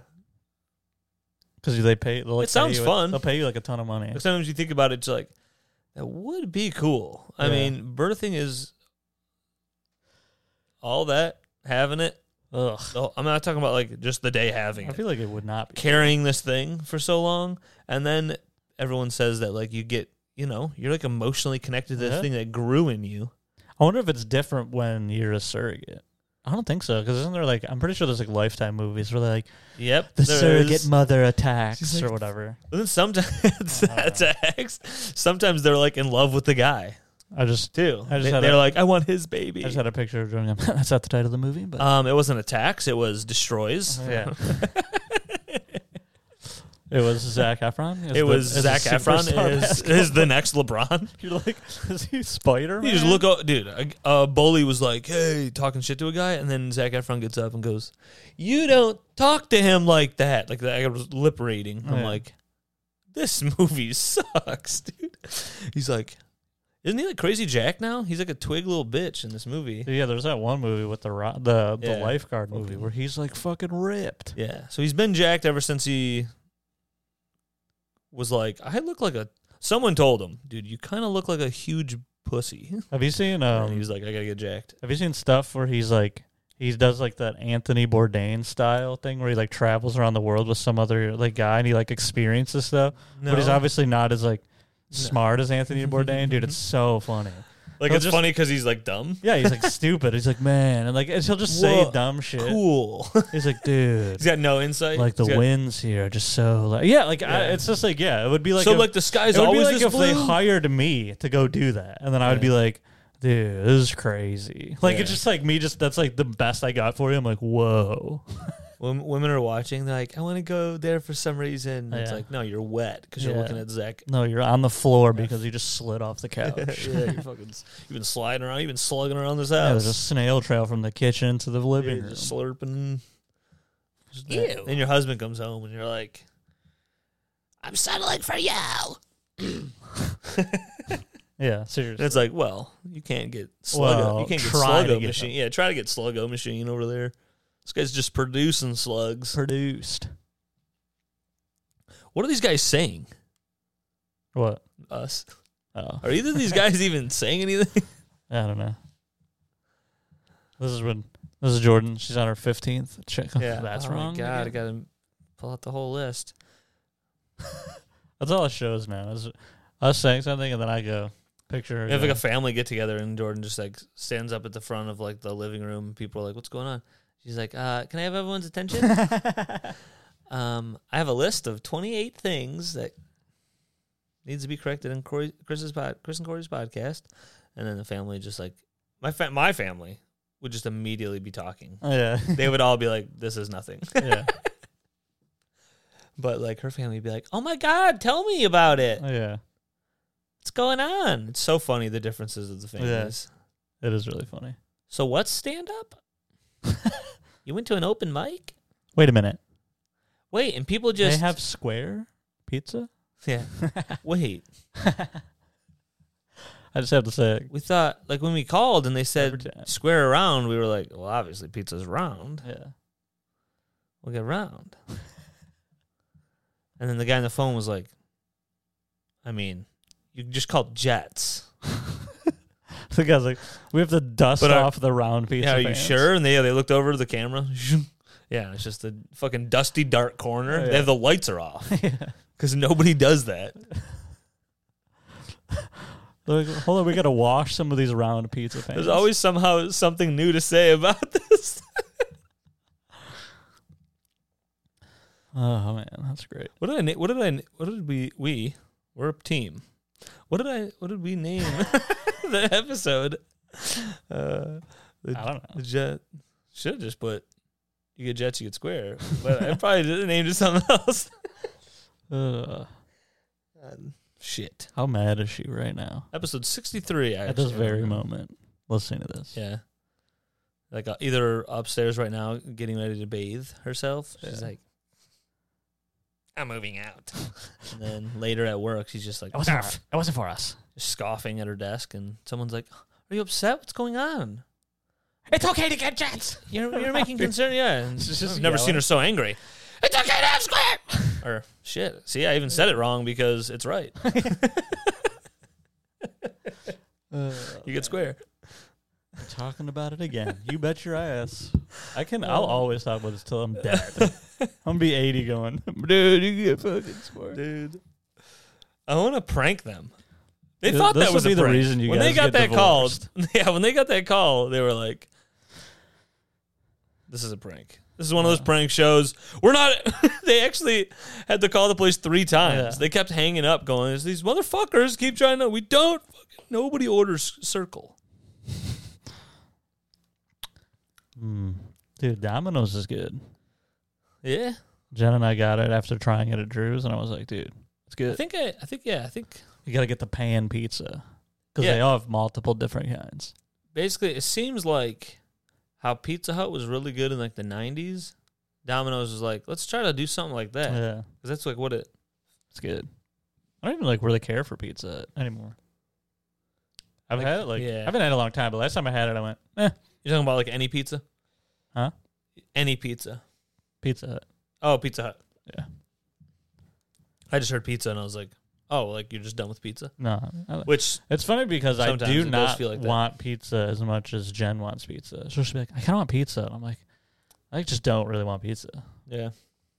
[SPEAKER 1] Because they pay. They'll, like,
[SPEAKER 2] It sounds
[SPEAKER 1] pay you,
[SPEAKER 2] fun.
[SPEAKER 1] They'll pay you like a ton of money.
[SPEAKER 2] Like sometimes you think about it, it's like that would be cool. I
[SPEAKER 1] Yeah.
[SPEAKER 2] mean, birthing is all that having it.
[SPEAKER 1] Ugh.
[SPEAKER 2] Oh, I'm not talking about like just the day having
[SPEAKER 1] I
[SPEAKER 2] it,
[SPEAKER 1] feel like it would not be.
[SPEAKER 2] carrying this thing for so long, and then everyone says that like you get, you know, you're like emotionally connected to the
[SPEAKER 1] Yeah.
[SPEAKER 2] thing that grew in you.
[SPEAKER 1] I wonder if it's different when you're a surrogate. I don't think so. Because isn't there like I'm pretty sure there's like lifetime movies where they're like
[SPEAKER 2] Yep,
[SPEAKER 1] the
[SPEAKER 2] there
[SPEAKER 1] surrogate
[SPEAKER 2] is.
[SPEAKER 1] mother
[SPEAKER 2] She's
[SPEAKER 1] attacks
[SPEAKER 2] like-
[SPEAKER 1] or whatever.
[SPEAKER 2] And then sometimes *laughs*
[SPEAKER 1] Uh-huh.
[SPEAKER 2] attacks. Sometimes they're like in love with the guy
[SPEAKER 1] I just
[SPEAKER 2] too.
[SPEAKER 1] I just
[SPEAKER 2] they,
[SPEAKER 1] had
[SPEAKER 2] they're
[SPEAKER 1] a-
[SPEAKER 2] like, I want his baby.
[SPEAKER 1] I just had a picture of Jordan. *laughs* That's not the title of the movie, but
[SPEAKER 2] Um, it wasn't attacks. It was destroys. *laughs*
[SPEAKER 1] Uh-huh. yeah. *laughs* It was Zach Efron. as
[SPEAKER 2] It
[SPEAKER 1] the-
[SPEAKER 2] was
[SPEAKER 1] as the
[SPEAKER 2] Zach Efron
[SPEAKER 1] superstar
[SPEAKER 2] is,
[SPEAKER 1] basketball
[SPEAKER 2] is the next
[SPEAKER 1] *laughs*
[SPEAKER 2] LeBron.
[SPEAKER 1] You're like, is he Spider?
[SPEAKER 2] You just look, o- dude. A, a bully was like, "Hey," talking shit to a guy, and then Zach Efron gets up and goes, "You don't talk to him like that." Like that, I was lip reading. I'm
[SPEAKER 1] Yeah.
[SPEAKER 2] like, "This *laughs* movie sucks, dude." He's like, "Isn't he like Crazy Jack now? He's like a twig little bitch in this movie."
[SPEAKER 1] Yeah, there's that one movie with the ro- the the
[SPEAKER 2] Yeah.
[SPEAKER 1] lifeguard movie where he's like fucking ripped.
[SPEAKER 2] Yeah. So he's been jacked ever since he was like, "I look like a." Someone told him, "Dude, you kind of look like a huge pussy." *laughs*
[SPEAKER 1] Have you seen
[SPEAKER 2] and he
[SPEAKER 1] um?
[SPEAKER 2] was like, "I gotta get jacked."
[SPEAKER 1] Have you seen stuff where he's like he does like that Anthony Bourdain style thing where he like travels around the world with some other like guy and he like experiences stuff,
[SPEAKER 2] No.
[SPEAKER 1] but he's obviously not as like
[SPEAKER 2] No.
[SPEAKER 1] smart as
[SPEAKER 2] *laughs*
[SPEAKER 1] Anthony Bourdain, dude. It's so funny.
[SPEAKER 2] Like
[SPEAKER 1] He'll
[SPEAKER 2] it's
[SPEAKER 1] just-
[SPEAKER 2] funny because he's like dumb.
[SPEAKER 1] Yeah, he's like stupid. He's like man, and like and he'll just
[SPEAKER 2] Whoa,
[SPEAKER 1] say dumb shit.
[SPEAKER 2] Cool. *laughs*
[SPEAKER 1] He's like dude.
[SPEAKER 2] he's got no insight.
[SPEAKER 1] Like
[SPEAKER 2] *laughs*
[SPEAKER 1] the
[SPEAKER 2] He's got-
[SPEAKER 1] winds here are just so like yeah like I,
[SPEAKER 2] Yeah.
[SPEAKER 1] it's just like yeah it would be like
[SPEAKER 2] so
[SPEAKER 1] if-
[SPEAKER 2] like the sky's
[SPEAKER 1] it would
[SPEAKER 2] always
[SPEAKER 1] be like
[SPEAKER 2] this
[SPEAKER 1] if they
[SPEAKER 2] blue.
[SPEAKER 1] hired me to go do that, and then I would be
[SPEAKER 2] Yeah.
[SPEAKER 1] like, "Dude, this is crazy." Like it's
[SPEAKER 2] Yeah.
[SPEAKER 1] just like me. Just that's like the best I got for you. I'm like, "Whoa,
[SPEAKER 2] Wom- women are watching. They're like, I want to go there for some reason. It's
[SPEAKER 1] Yeah.
[SPEAKER 2] like, no, you're wet because you're
[SPEAKER 1] Yeah.
[SPEAKER 2] looking at Zach.
[SPEAKER 1] no, you're on the floor because you just slid off the
[SPEAKER 2] *laughs* yeah,
[SPEAKER 1] couch." *laughs* yeah,
[SPEAKER 2] you're fucking. You've been sliding around. You've been slugging around this
[SPEAKER 1] there's a
[SPEAKER 2] house.
[SPEAKER 1] snail trail from the kitchen to the
[SPEAKER 2] Yeah,
[SPEAKER 1] living room.
[SPEAKER 2] just slurping. Just that.
[SPEAKER 3] Ew.
[SPEAKER 2] Then your husband comes home and you're like,
[SPEAKER 3] I'm settling for you.
[SPEAKER 1] Yeah,
[SPEAKER 2] And
[SPEAKER 1] seriously.
[SPEAKER 2] it's like, well, you can't get Sluggo.
[SPEAKER 1] Well,
[SPEAKER 2] you can't get
[SPEAKER 1] try to
[SPEAKER 2] Sluggo
[SPEAKER 1] get
[SPEAKER 2] machine. Yeah, try to get Sluggo machine over there. This guy's just producing slugs.
[SPEAKER 1] produced.
[SPEAKER 2] What are these guys saying?
[SPEAKER 1] What?
[SPEAKER 2] Us?
[SPEAKER 1] Oh,
[SPEAKER 2] Are either of
[SPEAKER 1] *laughs*
[SPEAKER 2] these guys even saying anything?
[SPEAKER 1] I don't know. This is when this is Jordan. She's on her fifteenth. Check. *laughs* that's
[SPEAKER 2] oh
[SPEAKER 1] wrong.
[SPEAKER 2] My God, I
[SPEAKER 1] again.
[SPEAKER 2] gotta pull out the whole list.
[SPEAKER 1] That's all it shows now. Is us saying something and then I go picture. her
[SPEAKER 2] We have like
[SPEAKER 1] going,
[SPEAKER 2] a family get together, and Jordan just like stands up at the front of like the living room. People are like, "What's going on?" She's like, uh, "Can I have everyone's attention?" um, I have a list of twenty eight things that needs to be corrected in Corey, Chris's pod, Chris and Corey's podcast, and then the family just like my fa- my family would just immediately be talking.
[SPEAKER 1] Oh, *laughs* yeah.
[SPEAKER 2] *laughs* they would all be like, "This is nothing," *laughs*
[SPEAKER 1] yeah.
[SPEAKER 2] but like her family would be like, "Oh my god, tell me about it.
[SPEAKER 1] Oh, yeah.
[SPEAKER 2] What's going on?" It's so funny the differences of the families.
[SPEAKER 1] It is really funny. *laughs*
[SPEAKER 2] So what's stand up? you went to an open mic?
[SPEAKER 1] Wait a minute.
[SPEAKER 2] Wait, and people just
[SPEAKER 1] they have square pizza.
[SPEAKER 2] yeah.
[SPEAKER 1] *laughs*
[SPEAKER 2] Wait,
[SPEAKER 1] I just have to say it.
[SPEAKER 2] we thought like when we called and they said
[SPEAKER 1] Every time.
[SPEAKER 2] square around, we were like, well, obviously pizza's round.
[SPEAKER 1] Yeah. *laughs*
[SPEAKER 2] We'll get round. and then the guy on the phone was like, I mean, you just called Jets.
[SPEAKER 1] The guy's like, we have to dust
[SPEAKER 2] But are-
[SPEAKER 1] off the round pizza.
[SPEAKER 2] yeah, are you
[SPEAKER 1] fans."
[SPEAKER 2] sure? And they yeah, they looked over to the camera. *laughs* yeah, it's just the fucking dusty dark corner.
[SPEAKER 1] Oh,
[SPEAKER 2] They
[SPEAKER 1] yeah.
[SPEAKER 2] have the lights are off
[SPEAKER 1] *laughs* yeah.
[SPEAKER 2] because nobody does that.
[SPEAKER 1] They're like, Hold on, we gotta wash some of these round pizza fans.
[SPEAKER 2] There's always somehow something new to say about *laughs* this.
[SPEAKER 1] Oh man, that's great.
[SPEAKER 2] What did I? na- What did I? What did we? We we're a team. What did I? What did we name *laughs* the episode? Uh, the,
[SPEAKER 1] I don't know.
[SPEAKER 2] the jet should have just put you get jets, you get square, but I probably did named it something *laughs* else.
[SPEAKER 1] Ugh.
[SPEAKER 2] shit.
[SPEAKER 1] how mad is she right now?
[SPEAKER 2] Episode sixty three.
[SPEAKER 1] At this very moment, listening to this.
[SPEAKER 2] Yeah. Like uh, either upstairs right now, getting ready to bathe herself. She's
[SPEAKER 1] Yeah.
[SPEAKER 2] like, "I'm moving out." *laughs* and then later at work, she's just like,
[SPEAKER 1] It wasn't.
[SPEAKER 2] "Ah,"
[SPEAKER 1] For, it wasn't for us.
[SPEAKER 2] *laughs* scoffing at her desk, and someone's like, "Are you upset? What's going on?
[SPEAKER 1] It's okay to get jets.
[SPEAKER 2] You're you're making concern." *laughs* Yeah, and
[SPEAKER 1] She's just
[SPEAKER 2] I've never seen
[SPEAKER 1] yelling.
[SPEAKER 2] her so angry. It's okay to have square. *laughs* or shit. See, I even said it wrong because it's right. You get square.
[SPEAKER 1] talking about it again. You bet your ass. I *laughs* can. I'll always talk about this till I'm dead. I'm gonna be eighty, going, *laughs* dude. You get fucking smart.
[SPEAKER 2] dude. I want to prank them. They
[SPEAKER 1] Th-
[SPEAKER 2] thought
[SPEAKER 1] this
[SPEAKER 2] that was
[SPEAKER 1] would
[SPEAKER 2] a
[SPEAKER 1] be the
[SPEAKER 2] prank.
[SPEAKER 1] reason you
[SPEAKER 2] when they
[SPEAKER 1] guys
[SPEAKER 2] got
[SPEAKER 1] get
[SPEAKER 2] that call. *laughs* Yeah, when they got that call, they were like, "This is a prank. This is one of those prank shows. We're not." *laughs* they actually had to call the police three times.
[SPEAKER 1] Yeah.
[SPEAKER 2] They kept hanging up, going, "These motherfuckers keep trying to. We don't. Fucking, nobody orders circle.
[SPEAKER 1] Mm. Dude, Domino's is good.
[SPEAKER 2] Yeah,
[SPEAKER 1] Jen and I got it after trying it at Drew's, and I was like, dude, it's
[SPEAKER 2] I
[SPEAKER 1] good.
[SPEAKER 2] think I. I think yeah. I think
[SPEAKER 1] You gotta get the pan pizza because
[SPEAKER 2] Yeah.
[SPEAKER 1] they all have multiple different kinds.
[SPEAKER 2] basically it seems like how Pizza Hut was really good in like the '90s. Domino's was like, let's try to do something like that.
[SPEAKER 1] yeah.
[SPEAKER 2] Cause that's like what it.
[SPEAKER 1] It's good. I don't even like really care for pizza anymore. I've
[SPEAKER 2] Like,
[SPEAKER 1] had it like
[SPEAKER 2] yeah.
[SPEAKER 1] I haven't had it in a long time, but last time I had it, I went eh,
[SPEAKER 2] You're talking about like any pizza,
[SPEAKER 1] Huh?
[SPEAKER 2] Any pizza?
[SPEAKER 1] Pizza Hut.
[SPEAKER 2] Oh, Pizza Hut.
[SPEAKER 1] Yeah.
[SPEAKER 2] I just heard pizza and I was like, oh, like you're just done with pizza.
[SPEAKER 1] No, I-
[SPEAKER 2] Which
[SPEAKER 1] it's funny because I
[SPEAKER 2] Sometimes it
[SPEAKER 1] do
[SPEAKER 2] does
[SPEAKER 1] not
[SPEAKER 2] feel like that.
[SPEAKER 1] want pizza as much as Jen wants pizza. So she'll be like, I kind of want pizza, and I'm like, I just don't really want pizza.
[SPEAKER 2] yeah,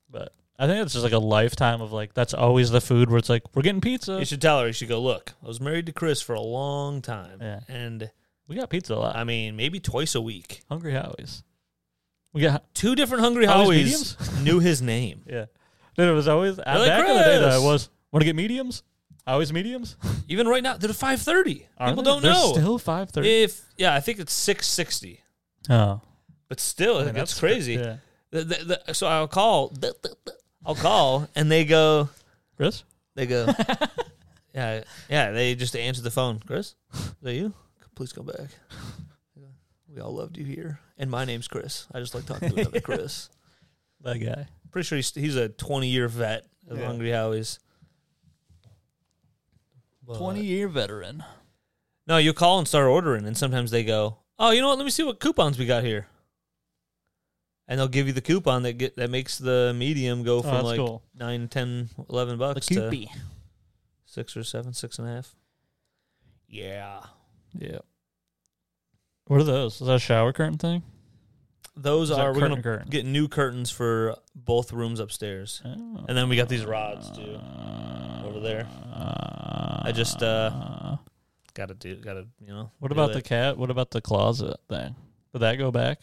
[SPEAKER 1] But I think it's just like a lifetime of like that's always the food where it's like we're getting pizza.
[SPEAKER 2] you should tell her. You should go look. I was married to Chris for a long time,
[SPEAKER 1] Yeah.
[SPEAKER 2] and
[SPEAKER 1] We got pizza a lot.
[SPEAKER 2] I mean maybe twice a week.
[SPEAKER 1] Hungry Howies. We got
[SPEAKER 2] Two different Hungry
[SPEAKER 1] Always
[SPEAKER 2] Howies *laughs* knew his name.
[SPEAKER 1] yeah. Then it was always uh, back
[SPEAKER 2] like,
[SPEAKER 1] in the day though,
[SPEAKER 2] "Chris!"
[SPEAKER 1] it was want to get mediums. Always
[SPEAKER 2] *laughs*
[SPEAKER 1] mediums.
[SPEAKER 2] Even right now, they're five thirty.
[SPEAKER 1] Are
[SPEAKER 2] People
[SPEAKER 1] they?
[SPEAKER 2] don't
[SPEAKER 1] They're
[SPEAKER 2] know
[SPEAKER 1] Still five thirty.
[SPEAKER 2] if yeah. I think it's six sixty,
[SPEAKER 1] Oh,
[SPEAKER 2] but still,
[SPEAKER 1] I mean,
[SPEAKER 2] that's crazy.
[SPEAKER 1] Yeah.
[SPEAKER 2] The- the- the- so I'll call. I'll call, and they go.
[SPEAKER 1] Chris.
[SPEAKER 2] They
[SPEAKER 1] *laughs*
[SPEAKER 2] go, yeah, yeah. They just answer the phone. Chris, is that you? Please come back. We all loved you here, and my name's Chris. I just like talking to
[SPEAKER 1] *laughs*
[SPEAKER 2] another Chris.
[SPEAKER 1] That guy.
[SPEAKER 2] Pretty sure he's, he's a twenty-year vet of
[SPEAKER 1] Yeah.
[SPEAKER 2] Hungry Howie's. But-
[SPEAKER 1] year veteran.
[SPEAKER 2] No, you call and start ordering, and sometimes they go, "Oh, you know what? Let me see what coupons we got here." And they'll give you the coupon that get that makes the medium go
[SPEAKER 1] Oh,
[SPEAKER 2] from
[SPEAKER 1] that's
[SPEAKER 2] like
[SPEAKER 1] cool.
[SPEAKER 2] nine, ten, eleven bucks to
[SPEAKER 1] Coopy.
[SPEAKER 2] six or seven, six and a half. Yeah,
[SPEAKER 1] Yeah. What are those? Is that a shower curtain thing?
[SPEAKER 2] those
[SPEAKER 1] Is that
[SPEAKER 2] are we're
[SPEAKER 1] curtain
[SPEAKER 2] gonna
[SPEAKER 1] curtain?
[SPEAKER 2] get new curtains for both rooms upstairs,
[SPEAKER 1] Oh.
[SPEAKER 2] and then we got these rods too. over there.
[SPEAKER 1] I
[SPEAKER 2] just, uh, Got to do, got to you know.
[SPEAKER 1] What
[SPEAKER 2] do
[SPEAKER 1] about
[SPEAKER 2] it.
[SPEAKER 1] the cat? What about the closet thing? Would that go back?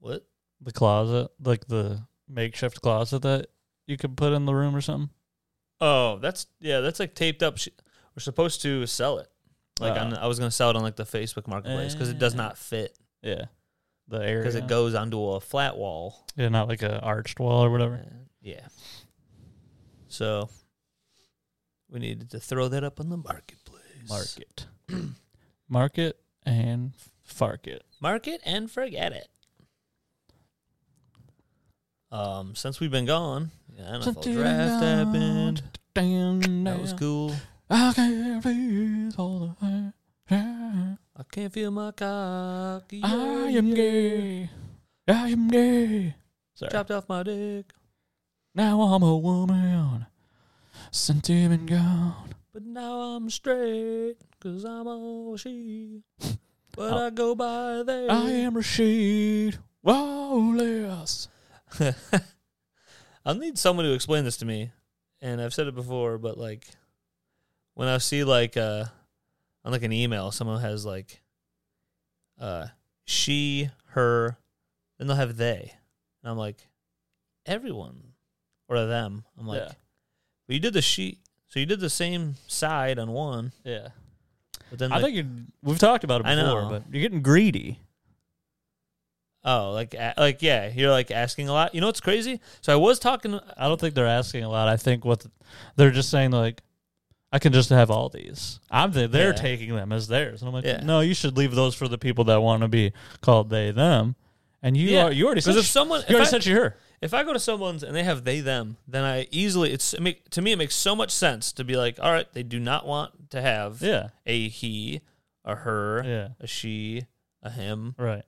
[SPEAKER 2] what?
[SPEAKER 1] The closet, like the makeshift closet that you could put in the room or something.
[SPEAKER 2] Oh, that's yeah, that's like taped up. Sh- We're supposed to sell it. Like
[SPEAKER 1] Oh.
[SPEAKER 2] on, I was gonna sell it on like the Facebook Marketplace because it does
[SPEAKER 1] Eh.
[SPEAKER 2] not fit
[SPEAKER 1] Yeah, the area
[SPEAKER 2] because it goes onto a flat wall.
[SPEAKER 1] Yeah, not like a arched wall or whatever.
[SPEAKER 2] And, yeah. So we needed to throw that up on the marketplace.
[SPEAKER 1] Market, *clears throat* market, and fark it.
[SPEAKER 2] Market and forget it. Um, since we've been gone, yeah, NFL
[SPEAKER 1] Since you've been
[SPEAKER 2] draft
[SPEAKER 1] gone.
[SPEAKER 2] happened.
[SPEAKER 1] Damn,
[SPEAKER 2] That was cool.
[SPEAKER 1] I can't please hold the hand.
[SPEAKER 2] I can't feel my cock.
[SPEAKER 1] I
[SPEAKER 2] yeah,
[SPEAKER 1] am
[SPEAKER 2] yeah.
[SPEAKER 1] gay. I am gay. Sorry.
[SPEAKER 2] Chopped off my dick.
[SPEAKER 1] Now I'm a woman. Since you've been gone.
[SPEAKER 2] But now I'm straight, cause I'm a she. But
[SPEAKER 1] Oh.
[SPEAKER 2] I go by they.
[SPEAKER 1] I am Rashid. Wallace.
[SPEAKER 2] *laughs* I'll need someone to explain this to me. And I've said it before, but like when I see like uh on like an email, someone has like uh she, her, then they'll have they. And I'm like, everyone or them. I'm like
[SPEAKER 1] Yeah.
[SPEAKER 2] But you did the she so you did the same side on one,
[SPEAKER 1] Yeah.
[SPEAKER 2] but then
[SPEAKER 1] I
[SPEAKER 2] like,
[SPEAKER 1] think you we've talked about it
[SPEAKER 2] I
[SPEAKER 1] before,
[SPEAKER 2] know.
[SPEAKER 1] but you're getting greedy.
[SPEAKER 2] Oh, like a- like yeah, you're like asking a lot. You know what's crazy? So I was talking.
[SPEAKER 1] I don't think they're asking a lot. I think what they're just saying, like, I can just have all these. I'm the, they're
[SPEAKER 2] Yeah.
[SPEAKER 1] taking them as theirs, and I'm like,
[SPEAKER 2] Yeah.
[SPEAKER 1] no, you should leave those for the people that want to be called they them. And you
[SPEAKER 2] Yeah.
[SPEAKER 1] are you already said
[SPEAKER 2] Because if
[SPEAKER 1] sh-
[SPEAKER 2] someone
[SPEAKER 1] you
[SPEAKER 2] if I,
[SPEAKER 1] already said you her.
[SPEAKER 2] if I go to someone's and they have they them, then I easily it's it make, to me it makes so much sense to be like, all right, they do not want to have
[SPEAKER 1] Yeah,
[SPEAKER 2] a he, a her,
[SPEAKER 1] yeah,
[SPEAKER 2] a she, a him.
[SPEAKER 1] right,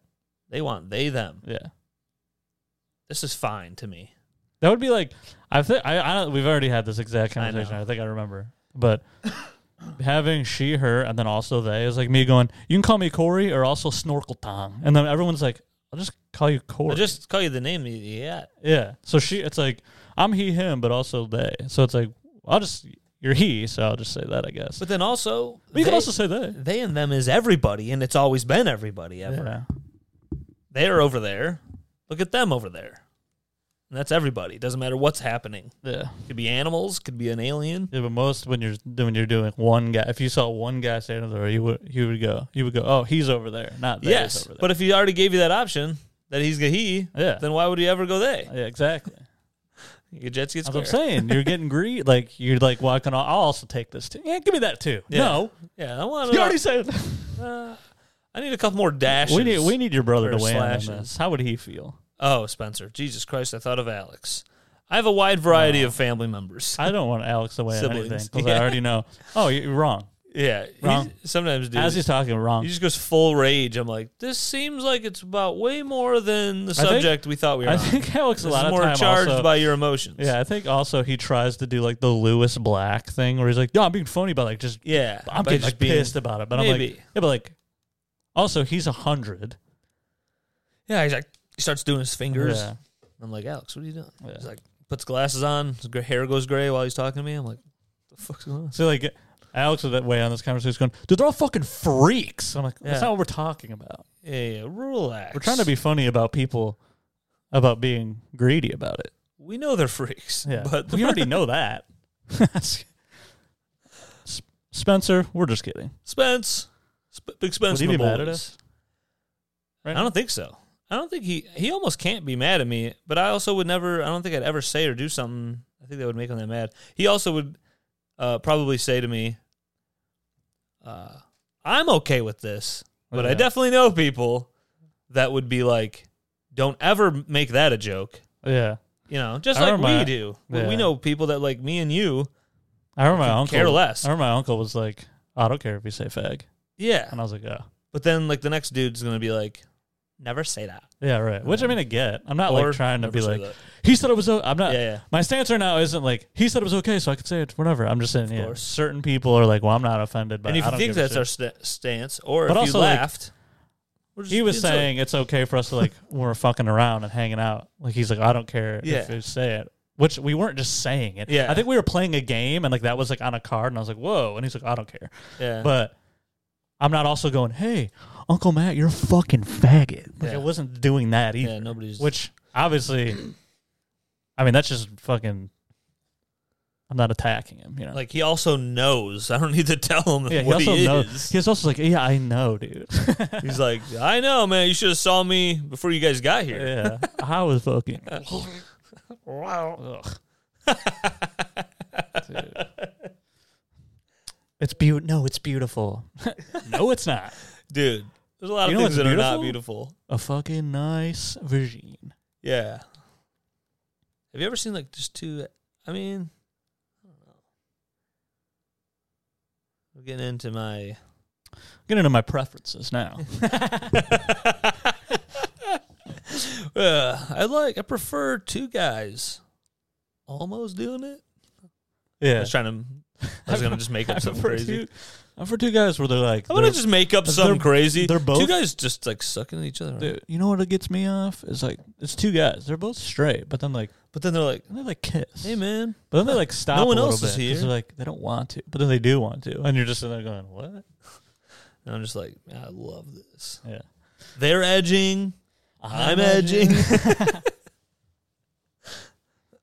[SPEAKER 2] They want they them.
[SPEAKER 1] yeah.
[SPEAKER 2] This is fine to me.
[SPEAKER 1] That would be like I think I, I don't- we've already had this exact
[SPEAKER 2] I know.
[SPEAKER 1] conversation. I, think I remember, but having she, her, and then also they is like me going. You can call me Corey or also Snorkel Tom, and then everyone's like, I'll just call you Corey.
[SPEAKER 2] I just call you the name. that you got.
[SPEAKER 1] yeah. So she, it's like I'm he, him, but also they. So it's like I'll just you're he, so I'll just say that I guess. But,
[SPEAKER 2] But then also,
[SPEAKER 1] you
[SPEAKER 2] they,
[SPEAKER 1] can also say they.
[SPEAKER 2] they and them is everybody, and it's always been everybody ever.
[SPEAKER 1] Yeah.
[SPEAKER 2] they're over there. Look at them over there. And that's everybody. Doesn't matter what's happening.
[SPEAKER 1] yeah.
[SPEAKER 2] Could be animals. Could be an alien.
[SPEAKER 1] Yeah, but most when you're when you're doing one guy, if you saw one guy standing there, you would you would go, you would go, oh, he's over there, not they is
[SPEAKER 2] yes,
[SPEAKER 1] over there.
[SPEAKER 2] but if he already gave you that option that he's a he,
[SPEAKER 1] yeah,
[SPEAKER 2] *laughs* then why would you ever go they?
[SPEAKER 1] yeah, exactly.
[SPEAKER 2] Your Jets get
[SPEAKER 1] That's what I'm
[SPEAKER 2] square.
[SPEAKER 1] saying. You're getting greed. Like you're like walking. On, I'll also take this too. Yeah, give me that too.
[SPEAKER 2] Yeah.
[SPEAKER 1] No,
[SPEAKER 2] Yeah, I want.
[SPEAKER 1] you already said.
[SPEAKER 2] uh, I need a couple more dashes.
[SPEAKER 1] we need we need your brother to
[SPEAKER 2] Or
[SPEAKER 1] win
[SPEAKER 2] slashes.
[SPEAKER 1] on this. How would he feel?
[SPEAKER 2] oh, Spencer. Jesus Christ! I thought of Alex. I have a wide variety of family members.
[SPEAKER 1] I don't want Alex to win on
[SPEAKER 2] Siblings.
[SPEAKER 1] anything because I
[SPEAKER 2] Yeah.
[SPEAKER 1] already know. Oh, you're wrong.
[SPEAKER 2] yeah,
[SPEAKER 1] Wrong.
[SPEAKER 2] he's- sometimes dude,
[SPEAKER 1] As he's talking,
[SPEAKER 2] he
[SPEAKER 1] wrong.
[SPEAKER 2] just goes full rage. I'm like, this seems like it's about way more than the
[SPEAKER 1] think-
[SPEAKER 2] subject we thought we were.
[SPEAKER 1] I
[SPEAKER 2] on.
[SPEAKER 1] think Alex a
[SPEAKER 2] This
[SPEAKER 1] lot
[SPEAKER 2] is
[SPEAKER 1] of
[SPEAKER 2] more
[SPEAKER 1] time
[SPEAKER 2] charged
[SPEAKER 1] also.
[SPEAKER 2] by your emotions.
[SPEAKER 1] yeah, I think also he tries to do like the Lewis Black thing where he's like, "No, I'm being phony, but like just
[SPEAKER 2] yeah.
[SPEAKER 1] I'm
[SPEAKER 2] by
[SPEAKER 1] getting
[SPEAKER 2] just
[SPEAKER 1] like pissed about it." But I'm like,
[SPEAKER 2] Maybe.
[SPEAKER 1] yeah, but like, also he's a hundred.
[SPEAKER 2] Yeah, he's like, he starts doing his fingers.
[SPEAKER 1] Yeah.
[SPEAKER 2] I'm like, Alex, what are you doing?
[SPEAKER 1] Yeah.
[SPEAKER 2] He's like, puts glasses on. His gray- hair goes gray while he's talking to me. I'm like, the fuck's going on?
[SPEAKER 1] So like Alex was that way on this conversation going, dude, they're all fucking freaks. I'm like, that's
[SPEAKER 2] Yeah.
[SPEAKER 1] not what we're talking about.
[SPEAKER 2] Yeah, yeah, relax.
[SPEAKER 1] We're trying to be funny about people about being greedy about it.
[SPEAKER 2] We know they're freaks.
[SPEAKER 1] Yeah.
[SPEAKER 2] But
[SPEAKER 1] we already know that. *laughs* S- Spencer, we're just kidding.
[SPEAKER 2] Spence, Sp- Big Spence,
[SPEAKER 1] Would he
[SPEAKER 2] and the
[SPEAKER 1] be mad at
[SPEAKER 2] boys.
[SPEAKER 1] us? Right
[SPEAKER 2] I
[SPEAKER 1] now?
[SPEAKER 2] don't think so. I don't think he he almost can't be mad at me. But I also would never. I don't think I'd ever say or do something. I think that would make him that mad. He also would uh, probably say to me, uh, "I'm okay with this, but I
[SPEAKER 1] Yeah.
[SPEAKER 2] definitely know people that would be like, don't ever make that a joke."
[SPEAKER 1] Yeah.
[SPEAKER 2] You know, just
[SPEAKER 1] I
[SPEAKER 2] like
[SPEAKER 1] remember-
[SPEAKER 2] we do. We-
[SPEAKER 1] yeah.
[SPEAKER 2] We know people that like me and you
[SPEAKER 1] I remember my
[SPEAKER 2] Could
[SPEAKER 1] uncle.
[SPEAKER 2] care less.
[SPEAKER 1] I remember my uncle was like, I don't care if you say fag.
[SPEAKER 2] Yeah.
[SPEAKER 1] And I was like, oh.
[SPEAKER 2] But then like the next dude's gonna be like, never say that.
[SPEAKER 1] Yeah, right. Which I mean, I get. I'm not
[SPEAKER 2] Or
[SPEAKER 1] like trying to
[SPEAKER 2] never
[SPEAKER 1] be
[SPEAKER 2] say
[SPEAKER 1] like,
[SPEAKER 2] that.
[SPEAKER 1] he said it was. o- I'm not.
[SPEAKER 2] yeah, yeah.
[SPEAKER 1] My stance right now isn't like he said it was okay, so I could say it whatever. I'm just saying, yeah.
[SPEAKER 2] course.
[SPEAKER 1] Certain people are like, well, I'm not offended by.
[SPEAKER 2] and if
[SPEAKER 1] I
[SPEAKER 2] you
[SPEAKER 1] don't
[SPEAKER 2] think
[SPEAKER 1] give a
[SPEAKER 2] that's
[SPEAKER 1] shit.
[SPEAKER 2] our st- stance, or
[SPEAKER 1] But
[SPEAKER 2] if
[SPEAKER 1] also,
[SPEAKER 2] you
[SPEAKER 1] like,
[SPEAKER 2] laughed, we're just
[SPEAKER 1] he was
[SPEAKER 2] being silly.
[SPEAKER 1] saying it's okay for us to like *laughs* when we're fucking around and hanging out. Like he's like, I don't care if
[SPEAKER 2] Yeah.
[SPEAKER 1] you say it. Which we weren't just saying it.
[SPEAKER 2] Yeah.
[SPEAKER 1] I think we were playing a game and like that was like on a card and I was like, whoa. And he's like, I don't care.
[SPEAKER 2] yeah,
[SPEAKER 1] But I'm not also going, hey, Uncle Matt, you're a fucking faggot. Like
[SPEAKER 2] Yeah.
[SPEAKER 1] I wasn't doing that either.
[SPEAKER 2] yeah, nobody's
[SPEAKER 1] Which obviously, I mean, that's just fucking. I'm not attacking him, you know.
[SPEAKER 2] like he also knows. I don't need to *laughs* tell him
[SPEAKER 1] yeah, he
[SPEAKER 2] what
[SPEAKER 1] also
[SPEAKER 2] he,
[SPEAKER 1] knows.
[SPEAKER 2] is.
[SPEAKER 1] He's also like, yeah, I
[SPEAKER 2] *laughs*
[SPEAKER 1] know, dude.
[SPEAKER 2] He's like, I know, man. You should have saw me before you guys got here.
[SPEAKER 1] yeah, I was
[SPEAKER 2] *laughs*
[SPEAKER 1] fucking.
[SPEAKER 2] Wow.
[SPEAKER 1] Ugh. Dude. It's beautiful. No, it's
[SPEAKER 2] *laughs*
[SPEAKER 1] beautiful. no, it's not.
[SPEAKER 2] Dude, there's a lot
[SPEAKER 1] You
[SPEAKER 2] of
[SPEAKER 1] know
[SPEAKER 2] things that
[SPEAKER 1] what's
[SPEAKER 2] are not beautiful.
[SPEAKER 1] A fucking nice virgin.
[SPEAKER 2] Yeah. Have you ever seen like just two? I mean, I don't know. We're getting into my. *laughs*
[SPEAKER 1] Get into my preferences now.
[SPEAKER 2] Uh, I like. I prefer two guys. Almost doing it. I
[SPEAKER 1] Yeah,
[SPEAKER 2] was trying to. *laughs* I was gonna just make up
[SPEAKER 1] I'm
[SPEAKER 2] something
[SPEAKER 1] *laughs* for
[SPEAKER 2] crazy.
[SPEAKER 1] Two, I'm for two guys where they're like,
[SPEAKER 2] I'm gonna
[SPEAKER 1] they're-
[SPEAKER 2] just make up
[SPEAKER 1] they're-
[SPEAKER 2] something crazy.
[SPEAKER 1] they're
[SPEAKER 2] Two
[SPEAKER 1] both
[SPEAKER 2] guys just like sucking each other.
[SPEAKER 1] Dude, you know what gets me off? It's like it's two guys. They're both straight, but then like
[SPEAKER 2] But then they're like,
[SPEAKER 1] and they like kiss.
[SPEAKER 2] "Hey, man,
[SPEAKER 1] But then they like stop.
[SPEAKER 2] one
[SPEAKER 1] a little
[SPEAKER 2] else is
[SPEAKER 1] bit, 'cause
[SPEAKER 2] here.
[SPEAKER 1] They're like they don't want to, but then they do want to, and you're just sitting there going, "What?"
[SPEAKER 2] And I'm just like, I love this.
[SPEAKER 1] Yeah,
[SPEAKER 2] They're edging. I'm edging. *laughs*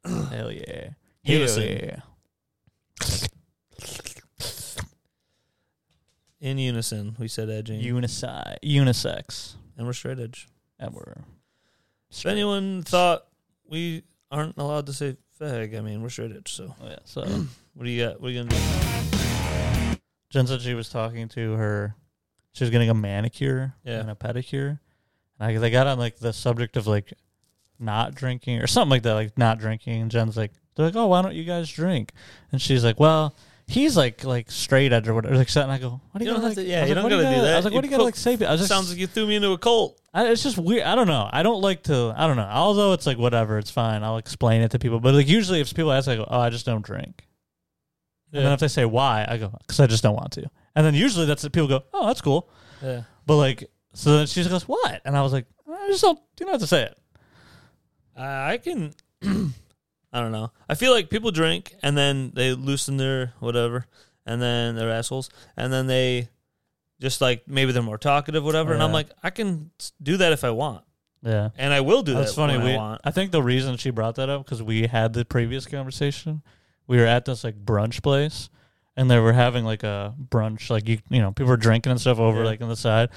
[SPEAKER 1] Hell yeah! Hell
[SPEAKER 2] Unison.
[SPEAKER 1] yeah!
[SPEAKER 2] In unison, we said edging.
[SPEAKER 1] Unisi- unisex,
[SPEAKER 2] and we're straight edge.
[SPEAKER 1] and we're
[SPEAKER 2] If anyone thought we aren't allowed to say fag, I mean, we're straight edge. So
[SPEAKER 1] Oh, yeah. So
[SPEAKER 2] what do you got? What are you going to do?
[SPEAKER 1] Jen said she was talking to her. She was getting a manicure
[SPEAKER 2] Yeah.
[SPEAKER 1] and a pedicure, and I, they got on like the subject of like not drinking or something like that, like not drinking. And Jen's like, they're like, oh, why don't you guys drink? And she's like, well, he's like like straight edge or whatever. Like, so- and I go, what do you,
[SPEAKER 2] You don't
[SPEAKER 1] gotta,
[SPEAKER 2] have
[SPEAKER 1] like,
[SPEAKER 2] to- yeah,
[SPEAKER 1] I was
[SPEAKER 2] you
[SPEAKER 1] like,
[SPEAKER 2] don't
[SPEAKER 1] what
[SPEAKER 2] gotta do
[SPEAKER 1] gotta- I was
[SPEAKER 2] that.
[SPEAKER 1] like, what do
[SPEAKER 2] You
[SPEAKER 1] you gotta
[SPEAKER 2] put-
[SPEAKER 1] like say? I was just
[SPEAKER 2] Sounds like you threw me into a cult.
[SPEAKER 1] I, it's just weird. I don't know. I don't like to. I don't know. Although it's like whatever, it's fine. I'll explain it to people. But like usually, if people ask, I go, "Oh, I just don't drink." And then
[SPEAKER 2] Yeah.
[SPEAKER 1] if they say why, I go, "Because I just don't want to." And then usually that's people go, "Oh, that's cool."
[SPEAKER 2] Yeah.
[SPEAKER 1] But like, so then she just goes, "What?" And I was like, "I just don't. You don't have to say it."
[SPEAKER 2] I I can. *clears throat* I don't know. I feel like people drink and then they loosen their whatever, and then they're assholes, and then they just like maybe they're more talkative, whatever. And I'm
[SPEAKER 1] Yeah.
[SPEAKER 2] like, I can s- do that if I want,
[SPEAKER 1] Yeah,
[SPEAKER 2] and I will do
[SPEAKER 1] that's
[SPEAKER 2] that
[SPEAKER 1] funny.
[SPEAKER 2] when
[SPEAKER 1] We,
[SPEAKER 2] I
[SPEAKER 1] I,
[SPEAKER 2] want.
[SPEAKER 1] think the reason she brought that up because we had the previous conversation. We were at this like brunch place, and they were having like a brunch. Like you, you know, people were drinking and stuff over
[SPEAKER 2] Yeah.
[SPEAKER 1] like on the side.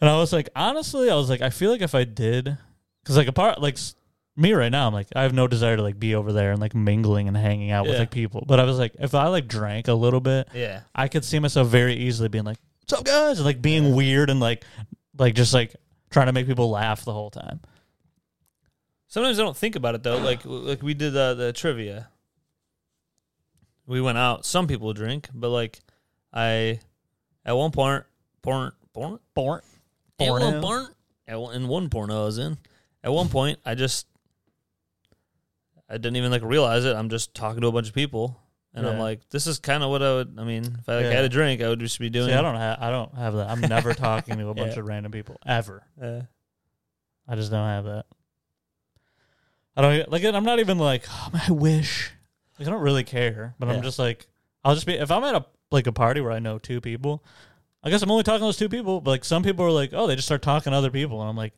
[SPEAKER 1] And I was like, honestly, I was like, I feel like if I did, because like apart like s- me right now, I'm like, I have no desire to like be over there and like mingling and hanging out with
[SPEAKER 2] Yeah.
[SPEAKER 1] like people. But I was like, if I like drank a little bit,
[SPEAKER 2] Yeah,
[SPEAKER 1] I could see myself very easily being like, "What's up, guys?" and like being weird and like, like just like trying to make people laugh the whole time.
[SPEAKER 2] sometimes I don't think about it though. Like like we did uh, the trivia. We went out. Some people drink, but like I, at one point, porn, porn,
[SPEAKER 1] Born.
[SPEAKER 2] At one
[SPEAKER 1] Porno.
[SPEAKER 2] porn- at one- in one porno I was in, at one point I just I didn't even like realize it. I'm just talking to a bunch of people, and I'm
[SPEAKER 1] Yeah.
[SPEAKER 2] like, this is kind of what I would. I mean, if I like,
[SPEAKER 1] Yeah.
[SPEAKER 2] had a drink, I would just be doing.
[SPEAKER 1] See, I don't have I don't have that. I'm never talking to a *laughs* bunch
[SPEAKER 2] Yeah.
[SPEAKER 1] of random people ever.
[SPEAKER 2] Uh,
[SPEAKER 1] I just don't have that. I don't e- like. I'm not even like. "Oh, man, I wish. Like, I don't really care. But
[SPEAKER 2] Yeah.
[SPEAKER 1] I'm just like. I'll just be if I'm at a like a party where I know two people. I guess I'm only talking to those two people. But like some people are like, oh, they just start talking to other people, and I'm like,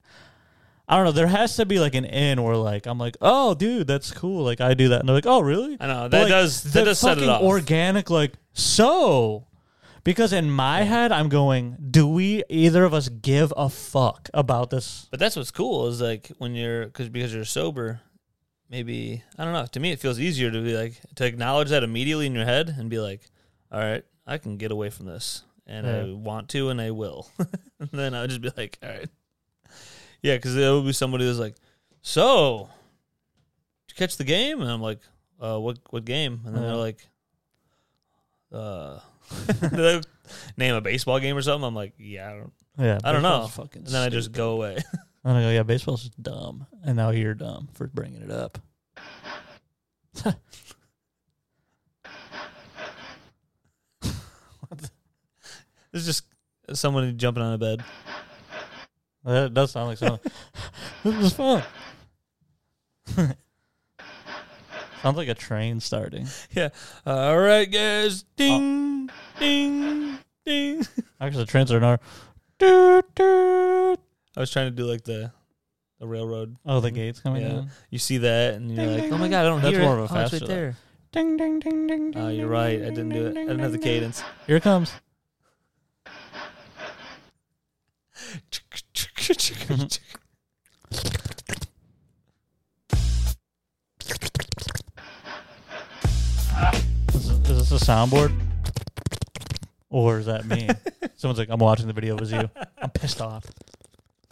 [SPEAKER 1] I don't know. There has to be like an in where like I'm like, oh, dude, that's cool. Like I do that, and they're like, oh, really?
[SPEAKER 2] I know
[SPEAKER 1] But,
[SPEAKER 2] that
[SPEAKER 1] like,
[SPEAKER 2] does that
[SPEAKER 1] the
[SPEAKER 2] does set it
[SPEAKER 1] fucking
[SPEAKER 2] off.
[SPEAKER 1] Organic, like so. Because in my head, I'm going, do we either of us give a fuck about this?
[SPEAKER 2] but that's what's cool is like when you're because because you're sober. Maybe I don't know. To me, it feels easier to be like to acknowledge that immediately in your head and be like, "All right, I can get away from this, and I
[SPEAKER 1] Yeah.
[SPEAKER 2] want to, and I will." *laughs* and then I would just be like, "All right, yeah," because there would be somebody that's like, "So, did you catch the game?" And I'm like, uh, "What what game?" And then
[SPEAKER 1] Yeah.
[SPEAKER 2] they're like, "Uh, *laughs* They'll Name a baseball game or something. I'm like, yeah, I don't.
[SPEAKER 1] Yeah,
[SPEAKER 2] I don't know.
[SPEAKER 1] baseball's Fucking
[SPEAKER 2] And then I just
[SPEAKER 1] stupid.
[SPEAKER 2] go away.
[SPEAKER 1] And I go, yeah, baseball's dumb, and now you're dumb for bringing it up.
[SPEAKER 2] It's just someone jumping on a bed.
[SPEAKER 1] That does sound like something. *laughs* this was fun. *laughs* Sounds like a train starting.
[SPEAKER 2] All right, guys. Ding, ding, ding. *laughs*
[SPEAKER 1] Actually, the trains are not. Doot, doot.
[SPEAKER 2] I was trying to do like the the railroad.
[SPEAKER 1] *laughs* Oh, the gate's coming
[SPEAKER 2] Yeah.
[SPEAKER 1] in.
[SPEAKER 2] You see that, and you're
[SPEAKER 1] Ding,
[SPEAKER 2] like,
[SPEAKER 1] ding,
[SPEAKER 2] oh my
[SPEAKER 1] ding.
[SPEAKER 2] god, I don't
[SPEAKER 1] That's
[SPEAKER 2] hear
[SPEAKER 1] more
[SPEAKER 2] it.
[SPEAKER 1] of a
[SPEAKER 2] oh, it's
[SPEAKER 1] faster,
[SPEAKER 2] right
[SPEAKER 1] like-
[SPEAKER 2] there.
[SPEAKER 1] Ding, ding, ding, ding, ding.
[SPEAKER 2] Oh, you're
[SPEAKER 1] ding,
[SPEAKER 2] right.
[SPEAKER 1] ding,
[SPEAKER 2] I didn't
[SPEAKER 1] ding,
[SPEAKER 2] do it. I
[SPEAKER 1] ding,
[SPEAKER 2] didn't have the
[SPEAKER 1] ding, ding.
[SPEAKER 2] cadence. *laughs*
[SPEAKER 1] Here it comes. Is this, is this a soundboard? Or is that *laughs* me? Someone's like, I'm watching the video. It was you. I'm pissed off.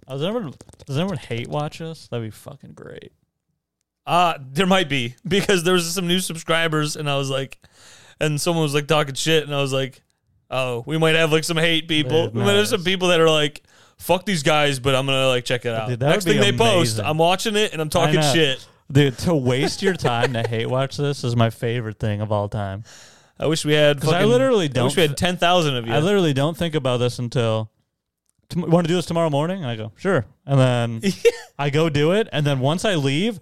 [SPEAKER 1] Oh, does, anyone, does anyone hate watch us? That'd be fucking great.
[SPEAKER 2] Uh, there might be because there was some new subscribers, and I was like, and someone was like talking shit, and I was like, oh, we might have like some hate people.
[SPEAKER 1] Yeah,
[SPEAKER 2] we might have some
[SPEAKER 1] nice.
[SPEAKER 2] people that are like, fuck these guys, but I'm gonna like check it out.
[SPEAKER 1] Dude, that
[SPEAKER 2] Next
[SPEAKER 1] would
[SPEAKER 2] thing
[SPEAKER 1] be
[SPEAKER 2] they post,
[SPEAKER 1] amazing.
[SPEAKER 2] I'm watching it and I'm talking
[SPEAKER 1] know.
[SPEAKER 2] shit.
[SPEAKER 1] Dude, to waste your time to hate watch this is my favorite thing of all time.
[SPEAKER 2] I wish we had.
[SPEAKER 1] 'Cause I
[SPEAKER 2] Fucking,
[SPEAKER 1] literally
[SPEAKER 2] I
[SPEAKER 1] don't
[SPEAKER 2] wish we
[SPEAKER 1] f-
[SPEAKER 2] had ten thousand of you.
[SPEAKER 1] I literally don't think about this until. "Tom- Want to do this tomorrow morning? And I go sure,
[SPEAKER 2] *laughs*
[SPEAKER 1] and then I go do it, and then once I leave,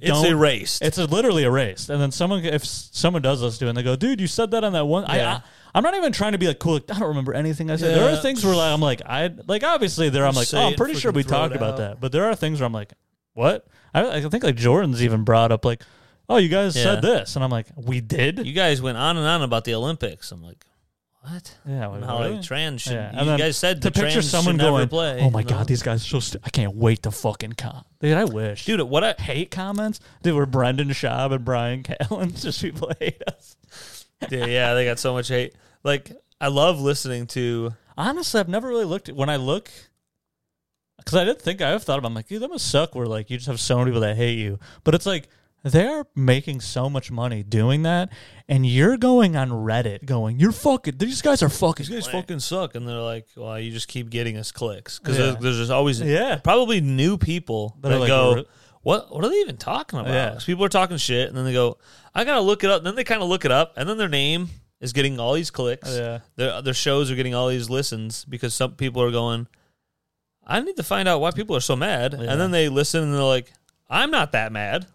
[SPEAKER 2] it's
[SPEAKER 1] don't,
[SPEAKER 2] erased.
[SPEAKER 1] It's *laughs* a, literally erased. And then someone, if s- someone does this to it, and they go, dude, you said that on that one. I,
[SPEAKER 2] Yeah.
[SPEAKER 1] I, I'm not even trying to be like cool. Like, I don't remember anything I said. There are
[SPEAKER 2] Yeah.
[SPEAKER 1] things where like, I'm like, I like obviously there. I'm like,
[SPEAKER 2] Say
[SPEAKER 1] oh, I'm
[SPEAKER 2] it,
[SPEAKER 1] pretty sure
[SPEAKER 2] freaking
[SPEAKER 1] we
[SPEAKER 2] throw it
[SPEAKER 1] talked about
[SPEAKER 2] out.
[SPEAKER 1] that. But there are things where I'm like, what? I, I think like Jordan's even brought up like, oh, you guys
[SPEAKER 2] Yeah.
[SPEAKER 1] said this, and I'm like, we did.
[SPEAKER 2] you guys went on and on about the Olympics. I'm like, what?
[SPEAKER 1] yeah,
[SPEAKER 2] And
[SPEAKER 1] like,
[SPEAKER 2] How
[SPEAKER 1] really?
[SPEAKER 2] like trans should?
[SPEAKER 1] Yeah, and
[SPEAKER 2] You
[SPEAKER 1] then
[SPEAKER 2] guys said
[SPEAKER 1] to
[SPEAKER 2] the
[SPEAKER 1] picture
[SPEAKER 2] trans
[SPEAKER 1] someone
[SPEAKER 2] should never
[SPEAKER 1] going,
[SPEAKER 2] play.
[SPEAKER 1] oh my
[SPEAKER 2] No.
[SPEAKER 1] god, these guys are so. St- I can't wait to fucking con. Dude, I wish.
[SPEAKER 2] dude, what I
[SPEAKER 1] hate comments. Dude, we're Brendan Schaub and Brian Callen. *laughs* Just people hate us.
[SPEAKER 2] *laughs* yeah, yeah, they got so much hate. Like, I love listening to.
[SPEAKER 1] Honestly, I've never really looked at when I look because I didn't think I have thought about. I'm like, dude, that must suck. Where like you just have so many people that hate you, but it's like they are making so much money doing that, and you're going on Reddit going, you're fucking. These guys are fucking.
[SPEAKER 2] These guys
[SPEAKER 1] playing."
[SPEAKER 2] fucking suck, and they're like, "Well, you just keep getting us clicks because
[SPEAKER 1] Yeah.
[SPEAKER 2] there's, there's just always
[SPEAKER 1] Yeah.
[SPEAKER 2] probably new people
[SPEAKER 1] That
[SPEAKER 2] that,
[SPEAKER 1] are like, "We're-"
[SPEAKER 2] go, what What are they even talking about?
[SPEAKER 1] Yeah.
[SPEAKER 2] 'Cause people are talking shit, and then they go, "I gotta look it up." Then they kind of look it up, and then their name is getting all these clicks.
[SPEAKER 1] Yeah.
[SPEAKER 2] their their shows are getting all these listens because some people are going, "I need to find out why people are so mad,"
[SPEAKER 1] Yeah.
[SPEAKER 2] and then they listen and they're like, "I'm not that mad."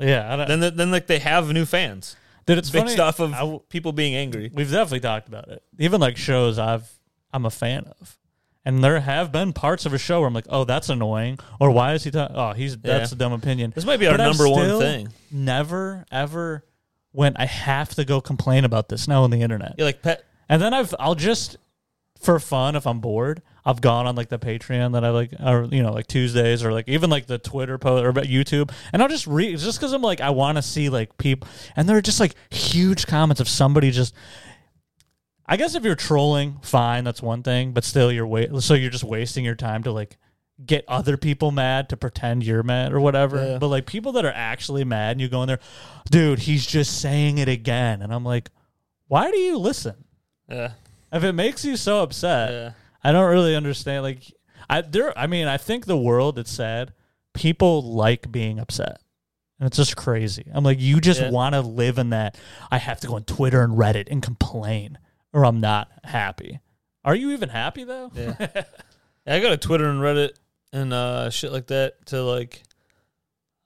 [SPEAKER 1] Yeah, I don't,
[SPEAKER 2] Then then like they have new fans
[SPEAKER 1] dude, it's
[SPEAKER 2] based
[SPEAKER 1] funny.
[SPEAKER 2] off of
[SPEAKER 1] I w-
[SPEAKER 2] people being angry.
[SPEAKER 1] We've definitely talked about it. Even like shows I've I'm a fan of. And there have been parts of a show where I'm like, oh, that's annoying, or why is he talking? Oh, he's that's
[SPEAKER 2] Yeah.
[SPEAKER 1] a dumb opinion.
[SPEAKER 2] This might be our
[SPEAKER 1] But I've
[SPEAKER 2] number one
[SPEAKER 1] still
[SPEAKER 2] thing.
[SPEAKER 1] Never ever went. I have to go complain about this now on the internet.
[SPEAKER 2] You're like pet.
[SPEAKER 1] And then I've I'll just for fun if I'm bored, I've gone on like the Patreon that I like, or you know, like Tuesdays or like even like the Twitter post or about YouTube, and I'll just read just because I'm like I want to see like people, and there are just like huge comments of somebody just. I guess if you're trolling, fine, that's one thing, but still you're wa- so you're just wasting your time to like get other people mad to pretend you're mad or whatever.
[SPEAKER 2] Yeah.
[SPEAKER 1] But like people that are actually mad and you go in there, dude, he's just saying it again. And I'm like, why do you listen?
[SPEAKER 2] Yeah.
[SPEAKER 1] If it makes you so upset,
[SPEAKER 2] Yeah.
[SPEAKER 1] I don't really understand. Like, I there. I mean, I think the world. It's sad. People like being upset, and it's just crazy. I'm like, you just
[SPEAKER 2] Yeah.
[SPEAKER 1] want to live in that. I have to go on Twitter and Reddit and complain, or I'm not happy. Are you even happy though?
[SPEAKER 2] Yeah. Yeah, I go to Twitter and Reddit and uh, shit like that to like.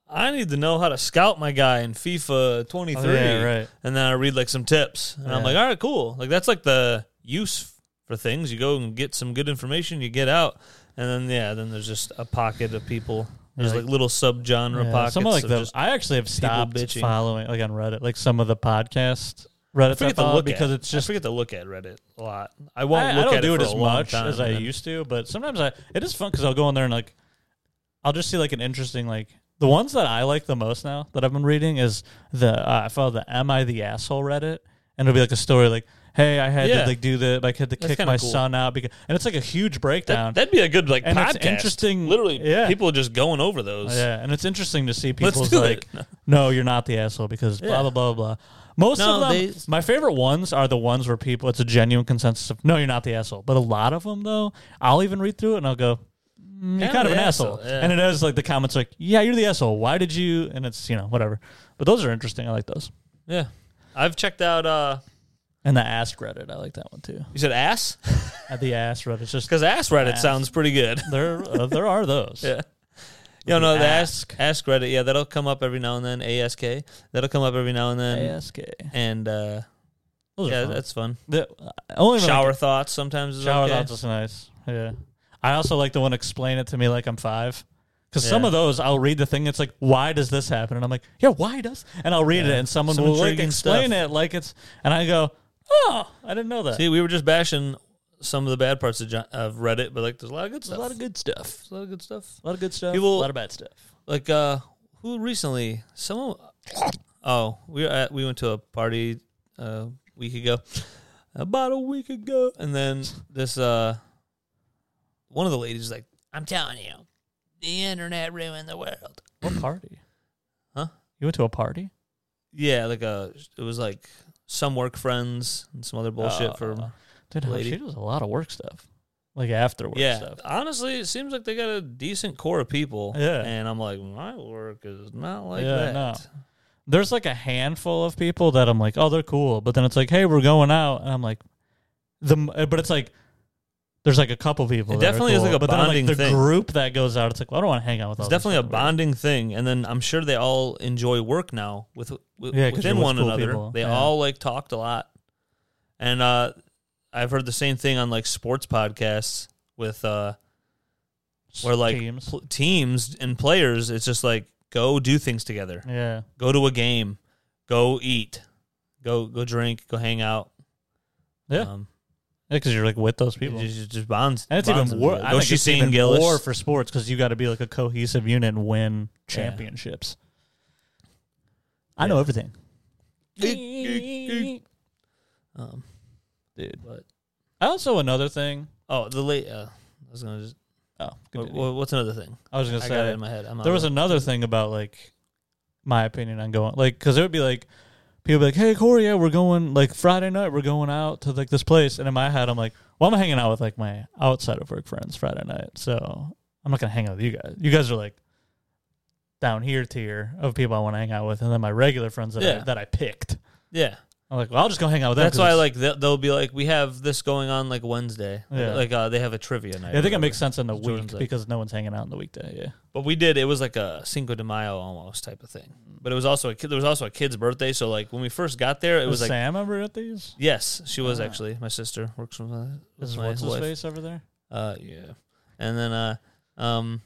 [SPEAKER 2] I need to know how to scout my guy in FIFA 23.
[SPEAKER 1] Oh, right.
[SPEAKER 2] And then I read like some tips, and I'm
[SPEAKER 1] Yeah.
[SPEAKER 2] like, all right, cool. Like that's like the use f- for things. You go and get some good information. You get out, and then yeah, then there's just a pocket of people. There's
[SPEAKER 1] Yeah,
[SPEAKER 2] like, little subgenre
[SPEAKER 1] Yeah,
[SPEAKER 2] pockets.
[SPEAKER 1] some of like
[SPEAKER 2] of
[SPEAKER 1] the.
[SPEAKER 2] just-
[SPEAKER 1] I actually have stopped
[SPEAKER 2] bitching.
[SPEAKER 1] following like on Reddit, like some of the podcast Reddit
[SPEAKER 2] I
[SPEAKER 1] I
[SPEAKER 2] forget to
[SPEAKER 1] follow
[SPEAKER 2] look
[SPEAKER 1] because
[SPEAKER 2] at.
[SPEAKER 1] it's
[SPEAKER 2] I
[SPEAKER 1] just
[SPEAKER 2] forget to look at Reddit a lot. I won't
[SPEAKER 1] I, I
[SPEAKER 2] look
[SPEAKER 1] don't
[SPEAKER 2] at
[SPEAKER 1] do
[SPEAKER 2] it,
[SPEAKER 1] it,
[SPEAKER 2] for
[SPEAKER 1] as
[SPEAKER 2] a long
[SPEAKER 1] much
[SPEAKER 2] time,
[SPEAKER 1] as I
[SPEAKER 2] and-
[SPEAKER 1] used to, but sometimes I it is fun because I'll go in there and like I'll just see like an interesting like the ones that I like the most now that I've been reading is the uh, I follow the Am I the Asshole Reddit. and it'll be like a story like, "Hey, I had
[SPEAKER 2] Yeah.
[SPEAKER 1] to like do the like had to
[SPEAKER 2] That's
[SPEAKER 1] kick
[SPEAKER 2] kinda
[SPEAKER 1] my
[SPEAKER 2] cool.
[SPEAKER 1] son out because," and it's like a huge breakdown.
[SPEAKER 2] That, would be a good like
[SPEAKER 1] And
[SPEAKER 2] podcast.
[SPEAKER 1] it's interesting-
[SPEAKER 2] Literally,
[SPEAKER 1] yeah. Oh,
[SPEAKER 2] people are just going over those.
[SPEAKER 1] yeah, and it's interesting to see
[SPEAKER 2] Let's
[SPEAKER 1] people's
[SPEAKER 2] do
[SPEAKER 1] like,
[SPEAKER 2] it.
[SPEAKER 1] "No, you're not the asshole," because blah
[SPEAKER 2] Yeah.
[SPEAKER 1] blah blah blah. Most
[SPEAKER 2] No,
[SPEAKER 1] of them,
[SPEAKER 2] they-
[SPEAKER 1] my favorite ones are the ones where people it's a genuine consensus of, "No, you're not the asshole." But a lot of them though, I'll even read through it and I'll go. "Mm, You're
[SPEAKER 2] Kinda
[SPEAKER 1] kind of an
[SPEAKER 2] the
[SPEAKER 1] asshole,
[SPEAKER 2] asshole, yeah.
[SPEAKER 1] and it has like the comments like, "Yeah, you're the asshole. Why did you?" And it's you know whatever, but those are interesting. I like those.
[SPEAKER 2] Yeah. I've checked out. uh
[SPEAKER 1] And the ass Reddit, I like that one
[SPEAKER 2] *laughs*
[SPEAKER 1] too.
[SPEAKER 2] You said ass
[SPEAKER 1] At the ass Reddit, it's just
[SPEAKER 2] because ass Reddit
[SPEAKER 1] Ass.
[SPEAKER 2] sounds pretty good.
[SPEAKER 1] *laughs* there uh, there are those.
[SPEAKER 2] Yeah. You know, the
[SPEAKER 1] Ask.
[SPEAKER 2] ask ask Reddit. Yeah, that'll come up every now and then. Ask that'll come up every now and then.
[SPEAKER 1] ASK.
[SPEAKER 2] And uh,
[SPEAKER 1] Those
[SPEAKER 2] yeah,
[SPEAKER 1] are fun.
[SPEAKER 2] that's fun.
[SPEAKER 1] The, I only really
[SPEAKER 2] Shower
[SPEAKER 1] like-
[SPEAKER 2] thoughts sometimes. Is
[SPEAKER 1] shower
[SPEAKER 2] okay.
[SPEAKER 1] thoughts is nice. Yeah. I also like the one explain it to me like I'm five. Because some
[SPEAKER 2] Yeah.
[SPEAKER 1] of those, I'll read the thing. It's like, why does this happen? And I'm like, yeah, why does? And I'll read
[SPEAKER 2] Yeah.
[SPEAKER 1] it, and someone
[SPEAKER 2] Some
[SPEAKER 1] will like
[SPEAKER 2] intriguing
[SPEAKER 1] explain
[SPEAKER 2] stuff.
[SPEAKER 1] it like it's. And I go, oh, I didn't know that.
[SPEAKER 2] See, we were just bashing some of the bad parts of, Jo- of Reddit, but like, there's a lot of good
[SPEAKER 1] There's
[SPEAKER 2] stuff.
[SPEAKER 1] a lot of good stuff.
[SPEAKER 2] a lot of good stuff.
[SPEAKER 1] A lot of good stuff.
[SPEAKER 2] People-
[SPEAKER 1] a lot of bad stuff.
[SPEAKER 2] Like, uh, who recently? Someone. Oh, we were at, we went to a party uh, a week ago, about a week ago, and then this uh, one of the ladies was like, "I'm telling you, the internet ruined the world."
[SPEAKER 1] What party?
[SPEAKER 2] Huh?
[SPEAKER 1] You went to a party?
[SPEAKER 2] Yeah, like uh it was like some work friends and some other bullshit
[SPEAKER 1] Oh.
[SPEAKER 2] from
[SPEAKER 1] Dude,
[SPEAKER 2] lady.
[SPEAKER 1] she does a lot of work stuff. Like after work
[SPEAKER 2] yeah.
[SPEAKER 1] stuff.
[SPEAKER 2] Honestly, it seems like they got a decent core of people.
[SPEAKER 1] Yeah.
[SPEAKER 2] and I'm like, my work is not like
[SPEAKER 1] Yeah,
[SPEAKER 2] that.
[SPEAKER 1] no. there's like a handful of people that I'm like, oh, they're cool, but then it's like, hey, we're going out, and I'm like, the m- uh, but it's like, there's like a couple people.
[SPEAKER 2] It
[SPEAKER 1] that are
[SPEAKER 2] definitely is
[SPEAKER 1] cool,
[SPEAKER 2] like a
[SPEAKER 1] but then,
[SPEAKER 2] bonding
[SPEAKER 1] the
[SPEAKER 2] thing.
[SPEAKER 1] group that goes out, it's like, well, I don't want to hang out with.
[SPEAKER 2] It's
[SPEAKER 1] all these
[SPEAKER 2] definitely a
[SPEAKER 1] fucking
[SPEAKER 2] bonding thing, and then I'm sure they all enjoy work now with, with
[SPEAKER 1] Yeah, 'cause you're
[SPEAKER 2] within
[SPEAKER 1] with
[SPEAKER 2] one
[SPEAKER 1] cool
[SPEAKER 2] another.
[SPEAKER 1] people,
[SPEAKER 2] They
[SPEAKER 1] yeah.
[SPEAKER 2] all like talked a lot, and uh, I've heard the same thing on like sports podcasts with uh,
[SPEAKER 1] s-
[SPEAKER 2] where like
[SPEAKER 1] teams.
[SPEAKER 2] pl- teams and players. It's just like go do things together.
[SPEAKER 1] yeah,
[SPEAKER 2] go to a game, go eat, go go drink, go hang out.
[SPEAKER 1] Yeah.
[SPEAKER 2] um,
[SPEAKER 1] because you're like with those
[SPEAKER 2] it
[SPEAKER 1] people.
[SPEAKER 2] just, it just bonds.
[SPEAKER 1] and it's
[SPEAKER 2] bonds them
[SPEAKER 1] even war.
[SPEAKER 2] together.
[SPEAKER 1] I
[SPEAKER 2] Go
[SPEAKER 1] think
[SPEAKER 2] see
[SPEAKER 1] it's
[SPEAKER 2] Shane
[SPEAKER 1] even
[SPEAKER 2] Gillis.
[SPEAKER 1] war for sports because you got to be like a cohesive unit and win championships. I know
[SPEAKER 2] Yeah.
[SPEAKER 1] everything,
[SPEAKER 2] Dude. um,
[SPEAKER 1] dude.
[SPEAKER 2] But-
[SPEAKER 1] I also another thing.
[SPEAKER 2] oh, the late. Uh, I was gonna just.
[SPEAKER 1] Oh,
[SPEAKER 2] What,
[SPEAKER 1] continue.
[SPEAKER 2] what- what's another thing?
[SPEAKER 1] I was gonna
[SPEAKER 2] I
[SPEAKER 1] say
[SPEAKER 2] got it in my head. I'm
[SPEAKER 1] There was another thing about like my opinion on going like because it would be like people be like, "Hey Corey, yeah, we're going like Friday night, we're going out to like this place," and in my head, I'm like, "Well, I'm hanging out with like my outside of work friends Friday night, so I'm not gonna hang out with you guys. You guys are like down here tier of people I want to hang out with, and then my regular friends that I,
[SPEAKER 2] Yeah.
[SPEAKER 1] that I picked,
[SPEAKER 2] yeah.
[SPEAKER 1] I'm like, well, I'll just go hang out with them.
[SPEAKER 2] That's
[SPEAKER 1] 'cause
[SPEAKER 2] why
[SPEAKER 1] it's-
[SPEAKER 2] like they'll, they'll be like we have this going on like Wednesday.
[SPEAKER 1] Yeah.
[SPEAKER 2] Like uh, they have a trivia night.
[SPEAKER 1] Yeah, I think
[SPEAKER 2] or
[SPEAKER 1] it makes
[SPEAKER 2] whatever.
[SPEAKER 1] sense in the
[SPEAKER 2] Jordan's
[SPEAKER 1] week
[SPEAKER 2] like-
[SPEAKER 1] because no one's hanging out in the weekday. Yeah,
[SPEAKER 2] But we did. It was like a Cinco de Mayo almost type of thing. But it was also a kid. There was also a kid's birthday. So like when we first got there, it was like
[SPEAKER 1] Sam ever at these?
[SPEAKER 2] Yes, she was
[SPEAKER 1] Ah.
[SPEAKER 2] actually. My sister works with my,
[SPEAKER 1] Is
[SPEAKER 2] with my
[SPEAKER 1] what's his
[SPEAKER 2] wife.
[SPEAKER 1] face over there?
[SPEAKER 2] Uh, yeah. And then uh, um,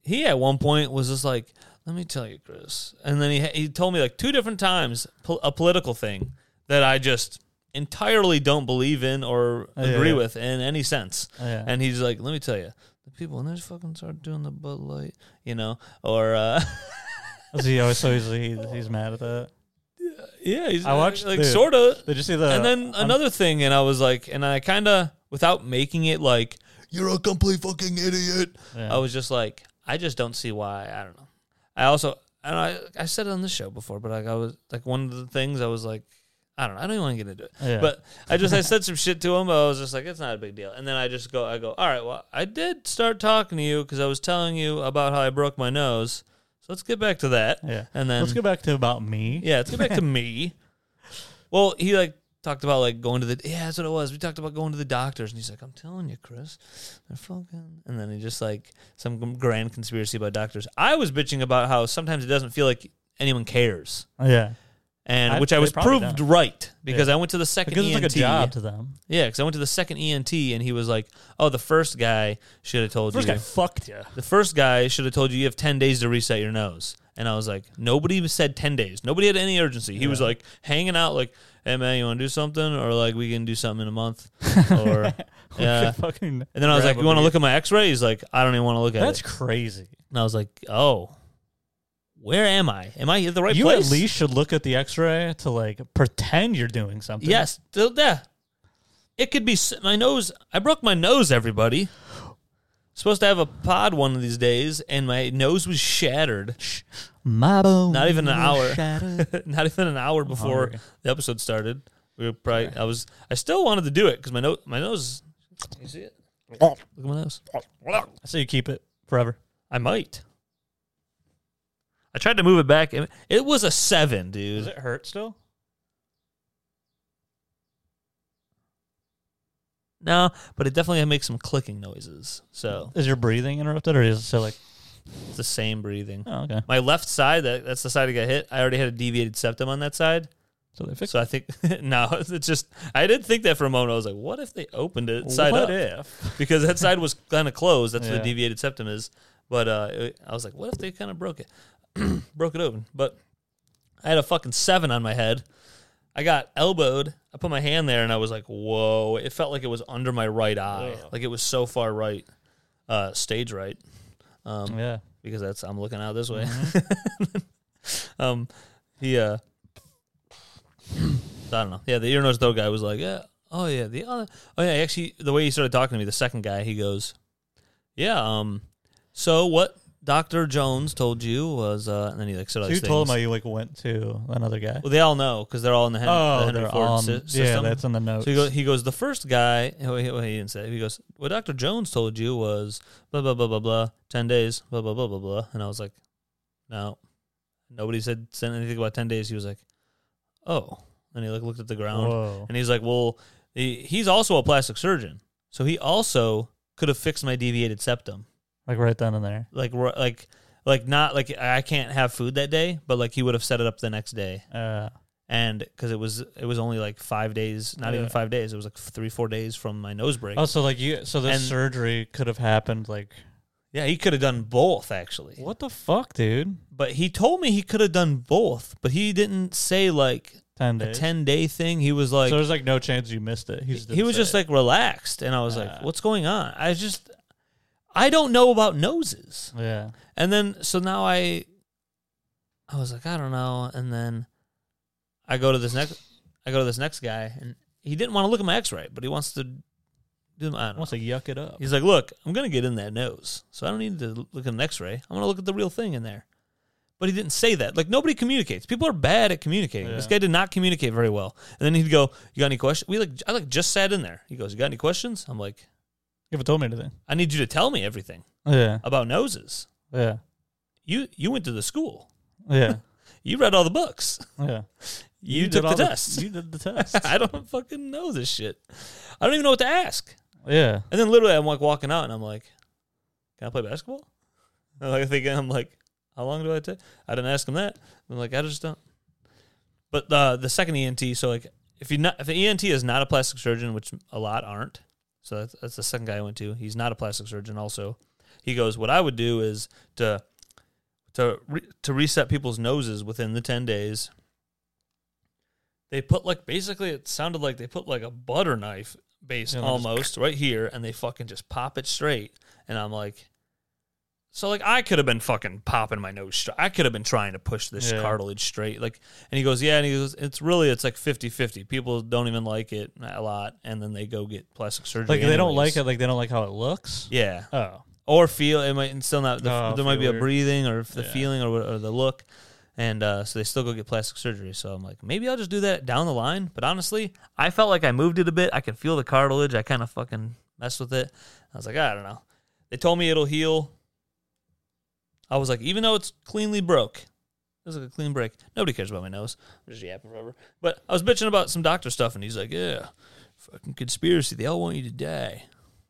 [SPEAKER 2] he at one point was just like, "Let me tell you, Chris." And then he he told me like two different times pol- a political thing that I just entirely don't believe in or
[SPEAKER 1] Yeah,
[SPEAKER 2] agree
[SPEAKER 1] Oh, yeah.
[SPEAKER 2] with in any sense.
[SPEAKER 1] Oh, yeah.
[SPEAKER 2] And he's like, "Let me tell you." The people and they just fucking start doing the Bud Light, you know, or uh,
[SPEAKER 1] *laughs* Is he always so he's, he, he's mad at that?
[SPEAKER 2] *laughs* yeah, he's
[SPEAKER 1] I watched-
[SPEAKER 2] like
[SPEAKER 1] dude.
[SPEAKER 2] sort of
[SPEAKER 1] Did you see the?
[SPEAKER 2] and then
[SPEAKER 1] I'm-
[SPEAKER 2] another thing, and I was like, and I kind of, without making it like, you're a complete fucking idiot,
[SPEAKER 1] Yeah.
[SPEAKER 2] I was just like, I just don't see why. I don't know. I also, and I, I said it on this show before, but like, I was like, one of the things I was like, I don't know. I don't even want to get into it.
[SPEAKER 1] Yeah.
[SPEAKER 2] But I just, I said some shit to him, but I was just like, it's not a big deal. And then I just go, I go, all right, well, I did start talking to you because I was telling you about how I broke my nose. So let's get back to that.
[SPEAKER 1] yeah.
[SPEAKER 2] And then
[SPEAKER 1] Let's go back to about me.
[SPEAKER 2] yeah, let's go
[SPEAKER 1] *laughs*
[SPEAKER 2] back to me. Well, he like talked about like going to the yeah, that's what it was. We talked about going to the doctors, and he's like, "I'm telling you, Chris, they're fucking." And then he just like some grand conspiracy about doctors. I was bitching about how sometimes it doesn't feel like anyone cares,
[SPEAKER 1] Oh, yeah.
[SPEAKER 2] and
[SPEAKER 1] I-
[SPEAKER 2] which I
[SPEAKER 1] they
[SPEAKER 2] was
[SPEAKER 1] probably
[SPEAKER 2] proved
[SPEAKER 1] don't.
[SPEAKER 2] right because I went to the second
[SPEAKER 1] Because it's
[SPEAKER 2] ENT.
[SPEAKER 1] like a job to them.
[SPEAKER 2] Yeah, because I went to the second ENT, and he was like, "Oh, the first guy should have told
[SPEAKER 1] First
[SPEAKER 2] you."
[SPEAKER 1] guy fucked *laughs* you.
[SPEAKER 2] The first guy should have told you you have 10 days to reset your nose. And I was like, nobody even said 10 days. Nobody had any urgency. He was like hanging out, like, hey, man, you want to do something? Or like, we can do something in a
[SPEAKER 1] *laughs*
[SPEAKER 2] month. Or, yeah.
[SPEAKER 1] Fucking
[SPEAKER 2] And then I was like,
[SPEAKER 1] grab a
[SPEAKER 2] you want to
[SPEAKER 1] beer.
[SPEAKER 2] look at my x ray? He's like, I don't even want to look at
[SPEAKER 1] That's
[SPEAKER 2] it.
[SPEAKER 1] crazy.
[SPEAKER 2] And I was like, oh, where am I? Am I at the right
[SPEAKER 1] you
[SPEAKER 2] place?
[SPEAKER 1] at least should look at the X-ray to like pretend you're doing something.
[SPEAKER 2] Yes, th- yeah. It could be s- my nose. I broke my nose. Everybody supposed to have a pod one of these days, and my nose was shattered.
[SPEAKER 1] my bone.
[SPEAKER 2] Not even an hour. *laughs*
[SPEAKER 1] shattered.
[SPEAKER 2] Not even an hour before
[SPEAKER 1] hungry.
[SPEAKER 2] the episode started. We were probably. I was. I still wanted to do it because my nose. My nose. You see it? Look at my nose.
[SPEAKER 1] so you keep it forever.
[SPEAKER 2] I might. I tried to move it back. and It was a seven,
[SPEAKER 1] Does
[SPEAKER 2] dude.
[SPEAKER 1] it hurt still?
[SPEAKER 2] No, but it definitely makes some clicking noises. So
[SPEAKER 1] Is your breathing interrupted, or is it still like?
[SPEAKER 2] it's the same breathing.
[SPEAKER 1] Oh, okay.
[SPEAKER 2] My left side, that, that's the side I got hit. I already had a deviated septum on that side.
[SPEAKER 1] So they fixed.
[SPEAKER 2] So I think, *laughs* no, it's just, I did think that for a moment. I was like, what if they opened it side
[SPEAKER 1] what
[SPEAKER 2] up?
[SPEAKER 1] if?
[SPEAKER 2] Because that side was kind of closed. That's where
[SPEAKER 1] Yeah.
[SPEAKER 2] the deviated septum is. But uh, it- I was like, what if they kind of broke it? *clears throat* broke it open. But I had a fucking seven on my head. I got elbowed. I put my hand there and I was like, whoa. It felt like it was under my right eye. Like it was so far right, uh, stage right Um,
[SPEAKER 1] Yeah.
[SPEAKER 2] because that's I'm looking out this way.
[SPEAKER 1] Mm-hmm.
[SPEAKER 2] *laughs* um, he uh, I don't know. Yeah, the ear nose throat guy was like, yeah, oh yeah, the other, oh yeah. Actually, the way he started talking to me, the second guy, he goes, yeah, um, so what Doctor Jones told you was, uh, and then he like said all
[SPEAKER 1] So you
[SPEAKER 2] these
[SPEAKER 1] told
[SPEAKER 2] things.
[SPEAKER 1] him how you like went to another guy.
[SPEAKER 2] well, they all know because they're all in the Henry, the Henry
[SPEAKER 1] Oh, they're
[SPEAKER 2] Ford
[SPEAKER 1] on-
[SPEAKER 2] sy- system.
[SPEAKER 1] yeah, that's in the notes.
[SPEAKER 2] So he goes, he goes, the first guy, well, he, well, he didn't say, it. he goes, what Dr. Jones told you was blah, blah, blah, blah, blah, 10 days, blah, blah, blah, blah, blah. And I was like, no, nobody said, said anything about 10 days. He was like, oh. And he like looked at the ground
[SPEAKER 1] Whoa.
[SPEAKER 2] and he's like, well, he, he's also a plastic surgeon. So he also could have fixed my deviated septum.
[SPEAKER 1] Like right then and there.
[SPEAKER 2] Like, ro- like, like not like I can't have food that day, but like he would have set it up the next day
[SPEAKER 1] Uh,
[SPEAKER 2] and because it was it was only like five days, not even
[SPEAKER 1] Yeah.
[SPEAKER 2] five days. It was like three four days from my nose break.
[SPEAKER 1] oh, so like you, so this
[SPEAKER 2] And-
[SPEAKER 1] surgery could have happened. Like
[SPEAKER 2] Yeah, he could have done both actually,
[SPEAKER 1] what the fuck, dude?
[SPEAKER 2] but he told me he could have done both, but he didn't say like
[SPEAKER 1] Ten
[SPEAKER 2] a
[SPEAKER 1] days.
[SPEAKER 2] ten day thing. He was like
[SPEAKER 1] so there's like no chance you missed it. He just
[SPEAKER 2] he was just like relaxed, and I was
[SPEAKER 1] Yeah.
[SPEAKER 2] like, what's going on? I just I don't know about noses,
[SPEAKER 1] like yeah.
[SPEAKER 2] and then so now I I was like I don't know, and then I go to this next I go to this next guy, and he didn't want to look at my X ray, but he wants to. Do, I don't know.
[SPEAKER 1] Wants to yuck it up.
[SPEAKER 2] He's like, look, I'm going to get in that nose. So I don't need to l- look at an x ray. I'm going to look at the real thing in there. But he didn't say that. Like, nobody communicates. People are bad at communicating. This
[SPEAKER 1] Yeah.
[SPEAKER 2] guy did not communicate very well. And then he'd go, You got any questions? We like, I like just sat in there. He goes, You got any questions? I'm like,
[SPEAKER 1] You haven't told
[SPEAKER 2] *laughs*
[SPEAKER 1] me anything.
[SPEAKER 2] I need you to tell me everything
[SPEAKER 1] Yeah.
[SPEAKER 2] about noses.
[SPEAKER 1] Yeah.
[SPEAKER 2] You you went to the school.
[SPEAKER 1] Yeah.
[SPEAKER 2] You read all the
[SPEAKER 1] *laughs*
[SPEAKER 2] books.
[SPEAKER 1] Yeah.
[SPEAKER 2] You,
[SPEAKER 1] did
[SPEAKER 2] took the
[SPEAKER 1] all
[SPEAKER 2] tests.
[SPEAKER 1] You did the
[SPEAKER 2] *laughs*
[SPEAKER 1] test.
[SPEAKER 2] I don't fucking know this shit. I don't even know what to ask.
[SPEAKER 1] *laughs* yeah.
[SPEAKER 2] And then literally, I'm like walking out, and I'm like, "Can I play basketball?" I'm like thinking, I'm like, "How long do I take?" I didn't ask him that. I'm like, I just don't. But uh, the second ENT, so like, if you not if the ENT is not a plastic surgeon, which a lot aren't, so that's, that's the second guy I went to. He's not a plastic surgeon. Also, he goes, "What I would do is to to re- to reset people's noses within the ten days." They put like basically it sounded like they put like a butter knife base
[SPEAKER 1] Yeah, they just-
[SPEAKER 2] almost right here, and they fucking just pop it straight. And I'm like, so like I could have been fucking popping my nose. Str- I could have been trying to push this
[SPEAKER 1] Yeah.
[SPEAKER 2] cartilage straight. Like, and he goes, yeah, and he goes, it's really it's like 50-50. People don't even like it a lot, and then they go get plastic surgery.
[SPEAKER 1] Like they don't
[SPEAKER 2] anyways.
[SPEAKER 1] like it. Like they don't like how it looks.
[SPEAKER 2] Yeah,
[SPEAKER 1] Oh.
[SPEAKER 2] or feel it might and still not. The,
[SPEAKER 1] Oh,
[SPEAKER 2] there might
[SPEAKER 1] feel
[SPEAKER 2] be a
[SPEAKER 1] weird.
[SPEAKER 2] breathing or the
[SPEAKER 1] Yeah.
[SPEAKER 2] feeling or, what- or the look, and uh, so they still go get plastic surgery. So I'm like, maybe I'll just do that down the line. But honestly, I felt like I moved it a bit. I could feel the cartilage. I kind of fucking messed with it. I was like, "Ah, I don't know. They told me it'll heal. I was like, even though it's cleanly broke, it was like a clean break. Nobody cares about my nose. I'm just yapping forever. But I was bitching about some doctor stuff, and he's like, yeah, fucking conspiracy. They all want you to die.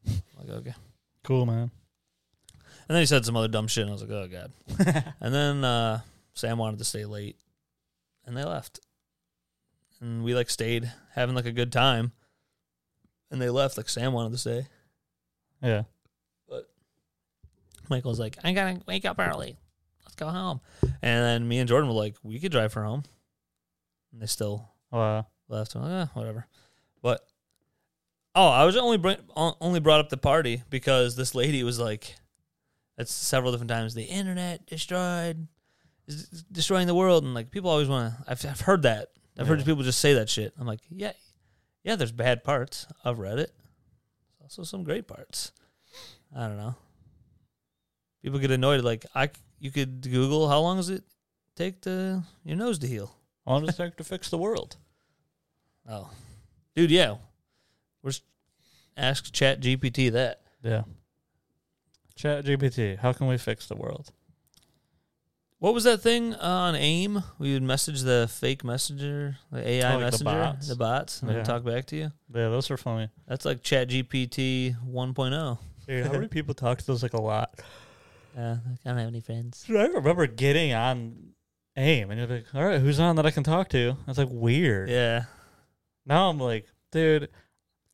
[SPEAKER 2] I'm like, okay.
[SPEAKER 1] Cool, man.
[SPEAKER 2] And then he said some other dumb shit, and I was like, oh, God. and then uh, Sam wanted to stay late, and they left. And we, like, stayed having, like, a good time. And they left, like, Sam wanted to stay.
[SPEAKER 1] *laughs* Yeah.
[SPEAKER 2] Michael's like, I gotta wake up early. Let's go home. And then me and Jordan were like, we could drive her home. And they still
[SPEAKER 1] Wow.
[SPEAKER 2] left. I'm like, "Eh, whatever. But oh, I was only bring, on- only brought up the party because this lady was like, that's several different times the internet destroyed is destroying the world, and like people always want to. I've, I've heard that. I've heard
[SPEAKER 1] Yeah.
[SPEAKER 2] people just say that shit. I'm like, yeah, yeah. There's bad parts. I've read it. There's also some great parts. I don't know. People get annoyed. Like I, c- you could Google how long does it take to your nose to heal.
[SPEAKER 1] How long does it take to fix the world?
[SPEAKER 2] Oh, dude, yeah. We're s- ask Chat GPT that.
[SPEAKER 1] Yeah. Chat GPT, how can we fix the world?
[SPEAKER 2] What was that thing uh, on AIM? We would message the fake messenger, the AI
[SPEAKER 1] Oh, like the
[SPEAKER 2] messenger, the
[SPEAKER 1] bots.
[SPEAKER 2] bots, and
[SPEAKER 1] Yeah.
[SPEAKER 2] they'd talk back to you.
[SPEAKER 1] Yeah, those are funny.
[SPEAKER 2] That's like Chat GPT 1.0.
[SPEAKER 1] Dude, how *laughs* many people talk to those like a lot?
[SPEAKER 2] Uh, I don't have any friends.
[SPEAKER 1] Dude, I remember getting on AIM and you're like, all right, who's on that I can talk to? That's like weird.
[SPEAKER 2] Yeah.
[SPEAKER 1] Now I'm like, dude,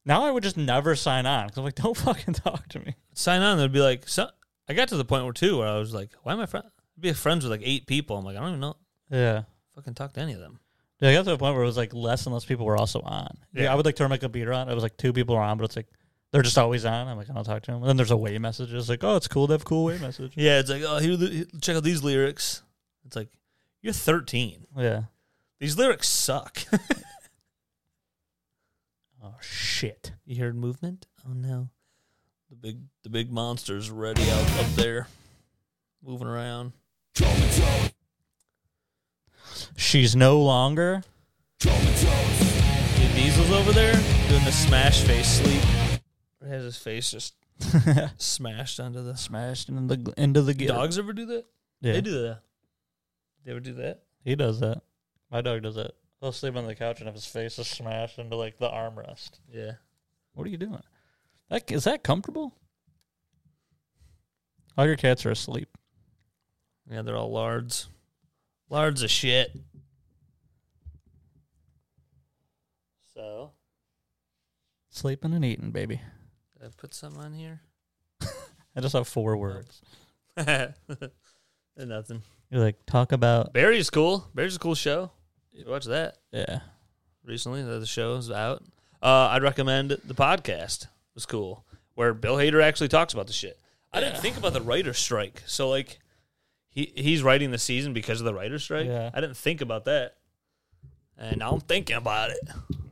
[SPEAKER 1] now I would just never sign on because I'm like, don't *laughs* fucking talk to me.
[SPEAKER 2] Sign on, they'd be like, so, I got to the point where too, where I was like, why am I friend? I'd be friends with like eight people. I'm like, I don't even know,
[SPEAKER 1] Yeah.
[SPEAKER 2] fucking talk to any of them.
[SPEAKER 1] Dude, I got to a point where it was like less and less people were also on. Yeah.
[SPEAKER 2] Yeah.
[SPEAKER 1] I would like turn my computer on. It was like two people are on, but it's like they're just always on. I'm like, I don't talk to them. And then there's a way message. It's like, oh, it's cool to have a cool way message.
[SPEAKER 2] Yeah, it's like, oh, here, the, check out these lyrics. It's like, you're 13.
[SPEAKER 1] yeah.
[SPEAKER 2] These lyrics suck.
[SPEAKER 1] Oh shit.
[SPEAKER 2] You heard movement? Oh no. The big the big monster's ready out up there. Moving around.
[SPEAKER 1] She's no longer. *laughs*
[SPEAKER 2] Dude, Diesel's over there doing the smash face sleep. Or has his face just smashed onto the
[SPEAKER 1] Smashed into the into the gear.
[SPEAKER 2] dogs ever do that?
[SPEAKER 1] Yeah.
[SPEAKER 2] They do that. They ever do that?
[SPEAKER 1] He does that. My dog does that. He'll sleep on the couch and have his face just smashed into like the armrest.
[SPEAKER 2] Yeah.
[SPEAKER 1] What are you doing? That is that comfortable? All your cats are asleep.
[SPEAKER 2] Yeah, they're all lards. Lards of shit. So
[SPEAKER 1] Sleeping and eating, baby.
[SPEAKER 2] did I put something on here?
[SPEAKER 1] I just have four words.
[SPEAKER 2] *laughs* Nothing.
[SPEAKER 1] You're like, talk about
[SPEAKER 2] Barry's cool. Barry's a cool show. You watch that
[SPEAKER 1] Yeah.
[SPEAKER 2] recently. The the show is out. Uh, I'd recommend the podcast. It was cool where Bill Hader actually talks about the shit. I didn't think about the writer's strike. So like, he he's writing the season because of the writer's strike.
[SPEAKER 1] Yeah.
[SPEAKER 2] I didn't think about that, and now I'm thinking about it.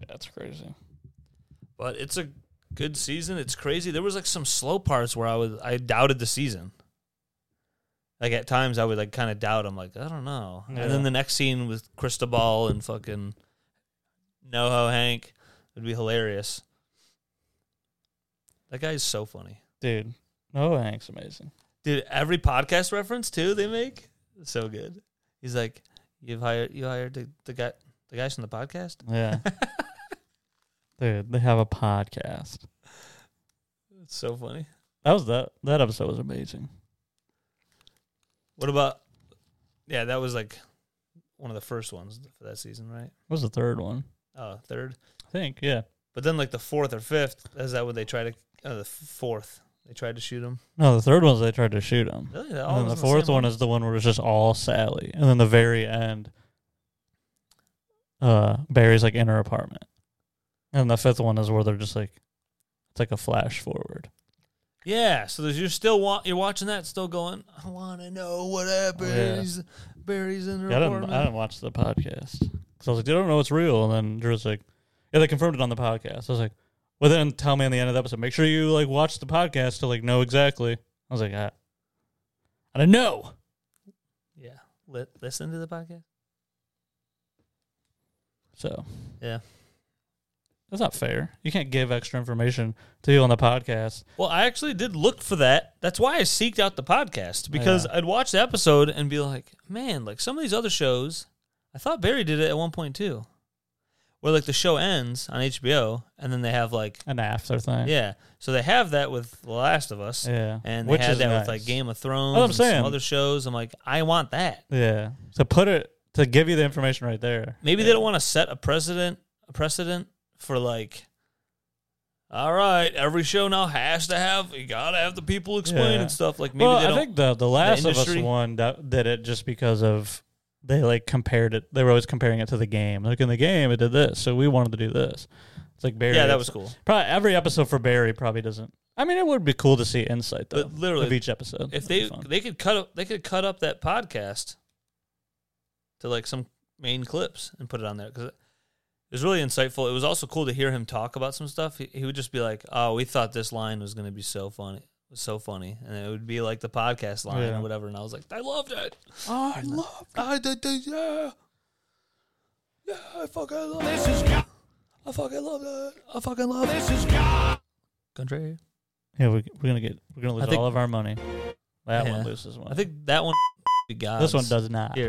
[SPEAKER 1] That's crazy.
[SPEAKER 2] But it's a good season. It's crazy. There was like some slow parts where I was I doubted the season. Like at times I would like kind of doubt. I'm like I don't know.
[SPEAKER 1] Yeah.
[SPEAKER 2] And then the next scene with Cristobal and fucking NoHo Hank would be hilarious. That guy's so funny,
[SPEAKER 1] Dude. No Hank's amazing.
[SPEAKER 2] dude. Every podcast reference too they make so good. He's like, you've hired you hired the, the guy the guys from the podcast.
[SPEAKER 1] Yeah. *laughs* Dude, they have a podcast.
[SPEAKER 2] It's so funny.
[SPEAKER 1] That was that that episode was amazing.
[SPEAKER 2] What about? Yeah, that was like one of the first ones for that season, right?
[SPEAKER 1] What was the third one?
[SPEAKER 2] Oh, third.
[SPEAKER 1] I think, yeah.
[SPEAKER 2] But then like the fourth or fifth is that what they tried to? Oh, the f- fourth they tried to shoot him.
[SPEAKER 1] No, the third one was they tried to shoot him.
[SPEAKER 2] Really?
[SPEAKER 1] And then the fourth one is the one where it's just all Sally. And then the very end, uh, Barry's like in her apartment. And the fifth one is where they're just like, it's like a flash forward.
[SPEAKER 2] Yeah. So there's, you're still wa- you're watching that, still going. I want to know what happens. Barry's in her
[SPEAKER 1] Oh, Yeah, I didn't,
[SPEAKER 2] apartment.
[SPEAKER 1] I didn't watch the podcast. Because I was like, they don't know it's real. And then Drew's like, yeah, they confirmed it on the podcast. I was like, well, then tell me on the end of the episode. Make sure you like watch the podcast to like know exactly. I was like, ah, I don't know.
[SPEAKER 2] yeah. Li- listen to the podcast.
[SPEAKER 1] So
[SPEAKER 2] Yeah.
[SPEAKER 1] that's not fair. You can't give extra information to you on the podcast.
[SPEAKER 2] Well, I actually did look for that. That's why I seeked out the podcast because I'd watch the episode and be like, man, like some of these other shows, I thought Barry did it at one point too, where like the show ends on HBO and then they have like,
[SPEAKER 1] An after thing.
[SPEAKER 2] yeah, so they have that with The Last of Us,
[SPEAKER 1] Yeah.
[SPEAKER 2] and they had that with like
[SPEAKER 1] nice.
[SPEAKER 2] Game of Thrones,
[SPEAKER 1] I'm
[SPEAKER 2] and
[SPEAKER 1] saying.
[SPEAKER 2] some other shows. I'm like, I want that.
[SPEAKER 1] Yeah. So put it to give you the information right there.
[SPEAKER 2] Maybe they don't want to set a precedent, a precedent for like. All right, every show now has to have you gotta have the people explaining
[SPEAKER 1] Yeah.
[SPEAKER 2] stuff. Like maybe
[SPEAKER 1] well,
[SPEAKER 2] they don't.
[SPEAKER 1] I think the the Last of Us
[SPEAKER 2] industry-
[SPEAKER 1] one that did it just because of they like compared it. They were always comparing it to the game. Like in the game, it did this, so we wanted to do this. It's like Barry.
[SPEAKER 2] yeah, that was cool.
[SPEAKER 1] probably every episode for Barry probably doesn't. I mean, it would be cool to see insight though
[SPEAKER 2] But literally,
[SPEAKER 1] of each episode.
[SPEAKER 2] if
[SPEAKER 1] That'd be
[SPEAKER 2] they
[SPEAKER 1] fun.
[SPEAKER 2] they could cut up they could cut up that podcast to like some main clips and put it on there because it was really insightful. It was also cool to hear him talk about some stuff. He, he would just be like, "Oh, we thought this line was going to be so funny." Was so funny, and it would be like the podcast line
[SPEAKER 1] Yeah.
[SPEAKER 2] or whatever, and I was like, "I loved it."
[SPEAKER 1] Oh, I love.
[SPEAKER 2] I did, did, yeah. Yeah, I fucking love
[SPEAKER 3] This is God.
[SPEAKER 2] I fucking love that. I fucking love it.
[SPEAKER 3] This is God.
[SPEAKER 2] Country.
[SPEAKER 1] Yeah, we're, we're gonna get we're gonna lose
[SPEAKER 2] I think-
[SPEAKER 1] all of our money. That
[SPEAKER 2] Yeah.
[SPEAKER 1] one loses one.
[SPEAKER 2] I think that one *laughs* we got.
[SPEAKER 1] this one does not.
[SPEAKER 2] Here.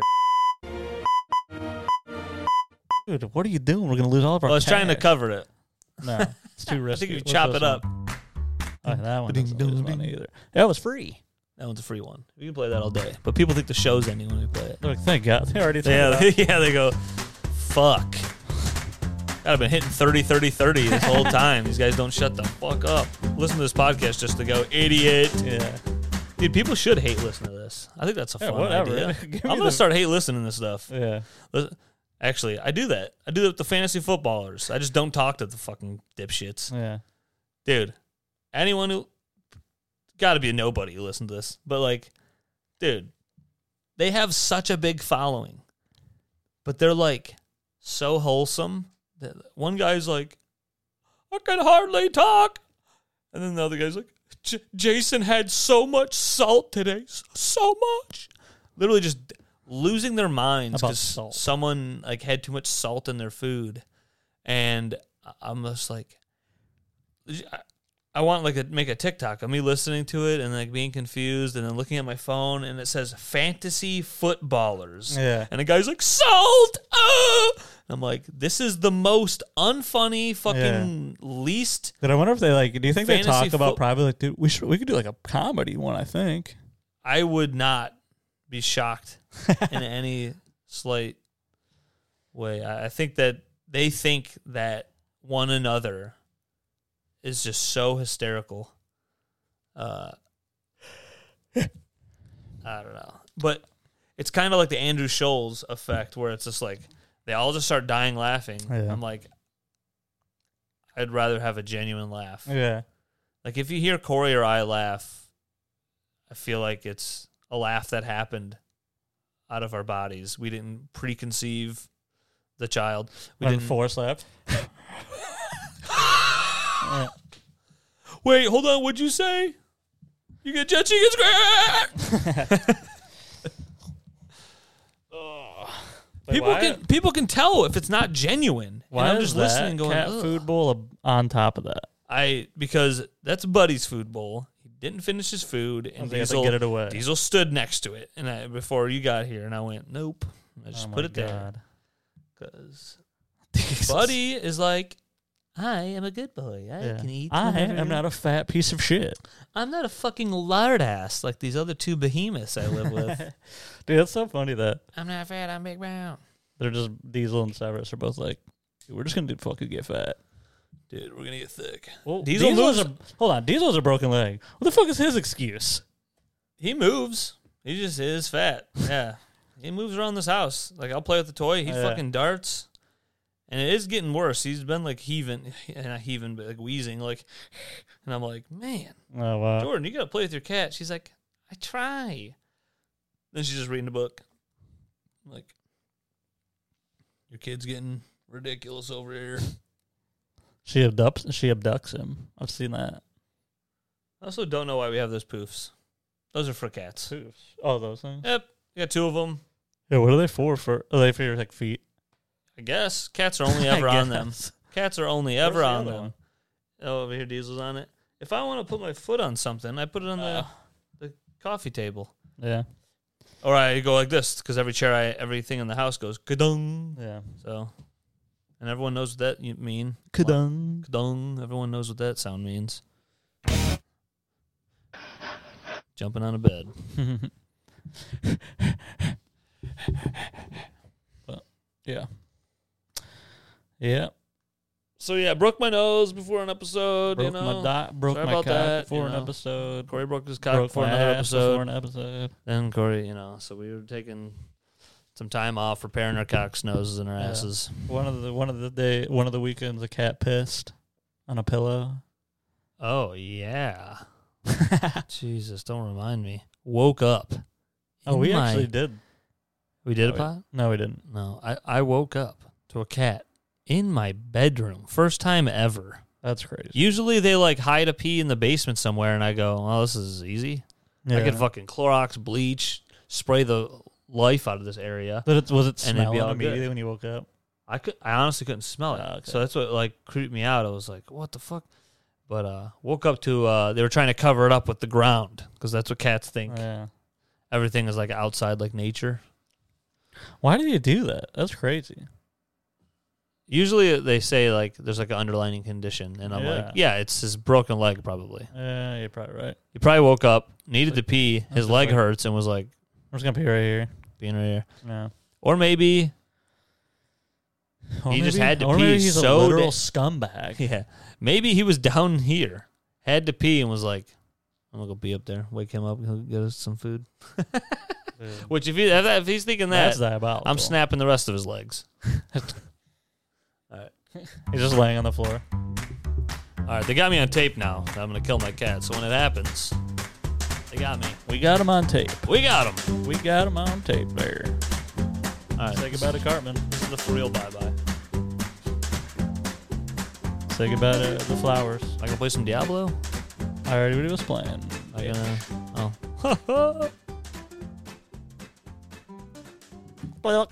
[SPEAKER 1] Dude, what are you doing? We're gonna lose all of our.
[SPEAKER 2] Well, I was trying to
[SPEAKER 1] cash.
[SPEAKER 2] cover it.
[SPEAKER 1] No, it's
[SPEAKER 2] *laughs*
[SPEAKER 1] too
[SPEAKER 2] I
[SPEAKER 1] risky.
[SPEAKER 2] think you
[SPEAKER 1] What's
[SPEAKER 2] chop
[SPEAKER 1] this
[SPEAKER 2] it up.
[SPEAKER 1] one? Oh, that one
[SPEAKER 2] Ding,
[SPEAKER 1] doesn't
[SPEAKER 2] dong,
[SPEAKER 1] lose
[SPEAKER 2] ding.
[SPEAKER 1] money either. That was free.
[SPEAKER 2] That one's a free one. We can play that all day. But people think the show's ending when we play it.
[SPEAKER 1] Look, thank God they already. thought
[SPEAKER 2] Yeah,
[SPEAKER 1] about
[SPEAKER 2] *laughs* they, yeah, they go, fuck. God, I've been hitting 30, 30, 30 this
[SPEAKER 1] *laughs*
[SPEAKER 2] whole time. These guys don't shut the fuck up. Listen to this podcast just to go, idiot.
[SPEAKER 1] it. *laughs* yeah.
[SPEAKER 2] Dude, people should hate listen to this. I think that's a
[SPEAKER 1] Yeah,
[SPEAKER 2] fun
[SPEAKER 1] whatever.
[SPEAKER 2] idea. I'm
[SPEAKER 1] *laughs* Give me
[SPEAKER 2] gonna
[SPEAKER 1] the-
[SPEAKER 2] start hate listening to stuff.
[SPEAKER 1] Yeah.
[SPEAKER 2] Lis- Actually, I do that. I do that with the fantasy footballers. I just don't talk to the fucking dipshits,
[SPEAKER 1] Yeah.
[SPEAKER 2] dude. Anyone who got to be a nobody who listened to this, but like, dude, they have such a big following, but they're like so wholesome. That one guy's like, I can hardly talk, and then the other guy's like, J- Jason had so much salt today, s- so much, literally just losing their minds
[SPEAKER 1] About
[SPEAKER 2] because
[SPEAKER 1] salt.
[SPEAKER 2] someone like had too much salt in their food, and I- I'm just like. I- I want like a make a TikTok of me listening to it and like being confused and then looking at my phone and it says fantasy footballers.
[SPEAKER 1] Yeah.
[SPEAKER 2] And the guy's like, Salt! Uh! And I'm like, this is the most unfunny, fucking least.
[SPEAKER 1] Dude, I wonder if they like. Do you think they talk
[SPEAKER 2] Fantasy
[SPEAKER 1] about
[SPEAKER 2] fo-
[SPEAKER 1] probably like, dude, we should we could do like a comedy one.
[SPEAKER 2] *laughs*
[SPEAKER 1] I think.
[SPEAKER 2] I would not be shocked *laughs* in any slight way. I I think that they think that one another is just so hysterical. Uh, I don't know, but it's kind of like the Andrew Scholes effect, where it's just like they all just start dying laughing.
[SPEAKER 1] Yeah.
[SPEAKER 2] I'm like, I'd rather have a genuine laugh.
[SPEAKER 1] Yeah.
[SPEAKER 2] Like if you hear Corey or I laugh, I feel like it's a laugh that happened out of our bodies. We didn't preconceive the child. We
[SPEAKER 1] Like
[SPEAKER 2] didn't.
[SPEAKER 1] four left. yeah.
[SPEAKER 2] Wait, hold on. What'd you say? You get jet chicken scratch. People
[SPEAKER 1] why-
[SPEAKER 2] can people can tell if it's not genuine.
[SPEAKER 1] Why
[SPEAKER 2] and I'm just
[SPEAKER 1] is that
[SPEAKER 2] listening, going
[SPEAKER 1] cat
[SPEAKER 2] "Ugh."
[SPEAKER 1] food bowl ab- on top of that?
[SPEAKER 2] I because that's Buddy's food bowl. He didn't finish his food, and
[SPEAKER 1] they had to
[SPEAKER 2] Diesel
[SPEAKER 1] get it away.
[SPEAKER 2] Diesel stood next to it, and I, before you got here, and I went, "Nope." I just
[SPEAKER 1] Oh
[SPEAKER 2] put
[SPEAKER 1] my
[SPEAKER 2] it *laughs* there
[SPEAKER 1] God.
[SPEAKER 2] because
[SPEAKER 1] Jesus.
[SPEAKER 2] Buddy is like, "I am a good boy. I
[SPEAKER 1] Yeah.
[SPEAKER 2] can eat.
[SPEAKER 1] I
[SPEAKER 2] whatever."
[SPEAKER 1] am not a fat piece of shit.
[SPEAKER 2] I'm not a fucking lard ass like these other two behemoths I live
[SPEAKER 1] *laughs*
[SPEAKER 2] with.
[SPEAKER 1] Dude, it's so funny that
[SPEAKER 2] I'm not fat. I'm big brown,
[SPEAKER 1] they're just Diesel and Severus are both like, "Dude, we're just gonna do fucking get fat.
[SPEAKER 2] dude. We're gonna get thick.
[SPEAKER 1] Well,
[SPEAKER 2] Diesel
[SPEAKER 1] Diesel's
[SPEAKER 2] moves-
[SPEAKER 1] a hold on. Diesel's a broken leg. What the fuck is his excuse?
[SPEAKER 2] He moves. He just is
[SPEAKER 1] *laughs*
[SPEAKER 2] fat. Yeah. he moves around this house. Like I'll play with the toy. He
[SPEAKER 1] Oh, Yeah.
[SPEAKER 2] fucking darts. And it is getting worse. He's been like heaving, *laughs* not heaving, but like wheezing, like. *laughs* And I'm like, man,
[SPEAKER 1] Oh wow.
[SPEAKER 2] Jordan, you gotta play with your cat. She's like, I try. Then she's just reading a book. I'm like, your kid's getting ridiculous over here.
[SPEAKER 1] She abducts. She abducts him. I've seen that.
[SPEAKER 2] I also don't know why we have those poofs. Those are for cats.
[SPEAKER 1] Oh, those things.
[SPEAKER 2] Yep, we got two of them.
[SPEAKER 1] Yeah. What are they for? For are they for your like feet?
[SPEAKER 2] I guess cats are only
[SPEAKER 1] *laughs* I
[SPEAKER 2] ever on them.
[SPEAKER 1] guess.
[SPEAKER 2] Cats are only
[SPEAKER 1] Where's
[SPEAKER 2] ever
[SPEAKER 1] the
[SPEAKER 2] on
[SPEAKER 1] other
[SPEAKER 2] them.
[SPEAKER 1] one?
[SPEAKER 2] Oh, over here, Diesel's on it. If I want to put my foot on something, I put it on
[SPEAKER 1] Uh.
[SPEAKER 2] the, the coffee table.
[SPEAKER 1] Yeah.
[SPEAKER 2] Or I go like this because every chair, I everything in the house goes kadung.
[SPEAKER 1] Yeah.
[SPEAKER 2] So, and everyone knows what that you mean
[SPEAKER 1] Kadung.
[SPEAKER 2] kadung. Everyone knows what that sound means. Jumping on a bed.
[SPEAKER 1] *laughs* yeah. Yeah.
[SPEAKER 2] So yeah, broke my nose before an episode.
[SPEAKER 1] Broke
[SPEAKER 2] you know,
[SPEAKER 1] my dot. Broke
[SPEAKER 2] sorry
[SPEAKER 1] my
[SPEAKER 2] about
[SPEAKER 1] cock
[SPEAKER 2] that,
[SPEAKER 1] before
[SPEAKER 2] you
[SPEAKER 1] an
[SPEAKER 2] know.
[SPEAKER 1] episode.
[SPEAKER 2] Corey broke his cock
[SPEAKER 1] Broke
[SPEAKER 2] before
[SPEAKER 1] my
[SPEAKER 2] another
[SPEAKER 1] ass
[SPEAKER 2] episode.
[SPEAKER 1] Before an episode.
[SPEAKER 2] Then Corey, you know, so we were taking some time off repairing our cocks, noses, and our
[SPEAKER 1] Yeah.
[SPEAKER 2] asses.
[SPEAKER 1] One of the one of the day one of the weekends a cat pissed on a pillow.
[SPEAKER 2] Oh yeah.
[SPEAKER 1] *laughs*
[SPEAKER 2] Jesus, don't remind me. Woke up.
[SPEAKER 1] Oh, we
[SPEAKER 2] in my
[SPEAKER 1] actually did.
[SPEAKER 2] We did a
[SPEAKER 1] Oh,
[SPEAKER 2] pot?
[SPEAKER 1] No, we didn't.
[SPEAKER 2] No, I, I woke up to a cat in my bedroom. First time ever.
[SPEAKER 1] That's crazy.
[SPEAKER 2] Usually they like hide a pee in the basement somewhere, and I go, oh, this is easy. I could fucking Clorox, bleach, spray the life out of this area.
[SPEAKER 1] But it, was it
[SPEAKER 2] And it'd be
[SPEAKER 1] smelling
[SPEAKER 2] all good.
[SPEAKER 1] immediately when you woke up?
[SPEAKER 2] I could, I honestly couldn't smell it.
[SPEAKER 1] Ah, okay.
[SPEAKER 2] So that's what like creeped me out. I was like, what the fuck? But uh, woke up to uh, they were trying to cover it up with the ground because that's what cats think.
[SPEAKER 1] Yeah.
[SPEAKER 2] Everything is like outside, like nature.
[SPEAKER 1] Why do you do that? That's crazy.
[SPEAKER 2] Usually they say like there's like an underlining condition, and I'm like, yeah, it's his broken leg probably.
[SPEAKER 1] Yeah, you're probably right.
[SPEAKER 2] He probably woke up, needed to pee,
[SPEAKER 1] That's
[SPEAKER 2] his
[SPEAKER 1] the
[SPEAKER 2] leg
[SPEAKER 1] point.
[SPEAKER 2] hurts, and was like
[SPEAKER 1] I'm just gonna be right here.
[SPEAKER 2] being right here.
[SPEAKER 1] Yeah.
[SPEAKER 2] Or maybe
[SPEAKER 1] Or
[SPEAKER 2] He just had to
[SPEAKER 1] or maybe
[SPEAKER 2] pee
[SPEAKER 1] He's
[SPEAKER 2] so
[SPEAKER 1] a literal
[SPEAKER 2] da-
[SPEAKER 1] scumbag.
[SPEAKER 2] *laughs*
[SPEAKER 1] *laughs*
[SPEAKER 2] yeah, maybe he was down here, had to pee, and was like, I'm gonna go pee up there, wake him up, he'll get us some food. Which if he if, that, if he's thinking that,
[SPEAKER 1] That's diabolical.
[SPEAKER 2] I'm snapping the rest of his legs.
[SPEAKER 1] He's just laying on the floor.
[SPEAKER 2] All right, they got me on tape now. I'm gonna kill my cat. So when it happens, they got me.
[SPEAKER 1] We got him on tape.
[SPEAKER 2] We got him.
[SPEAKER 1] We got him on tape there.
[SPEAKER 2] All right,
[SPEAKER 1] Say goodbye to Cartman.
[SPEAKER 2] This is the for real bye bye.
[SPEAKER 1] Say goodbye to the flowers.
[SPEAKER 2] I gonna play some Diablo.
[SPEAKER 1] I already knew he was playing.
[SPEAKER 2] I gonna oh.
[SPEAKER 1] Block.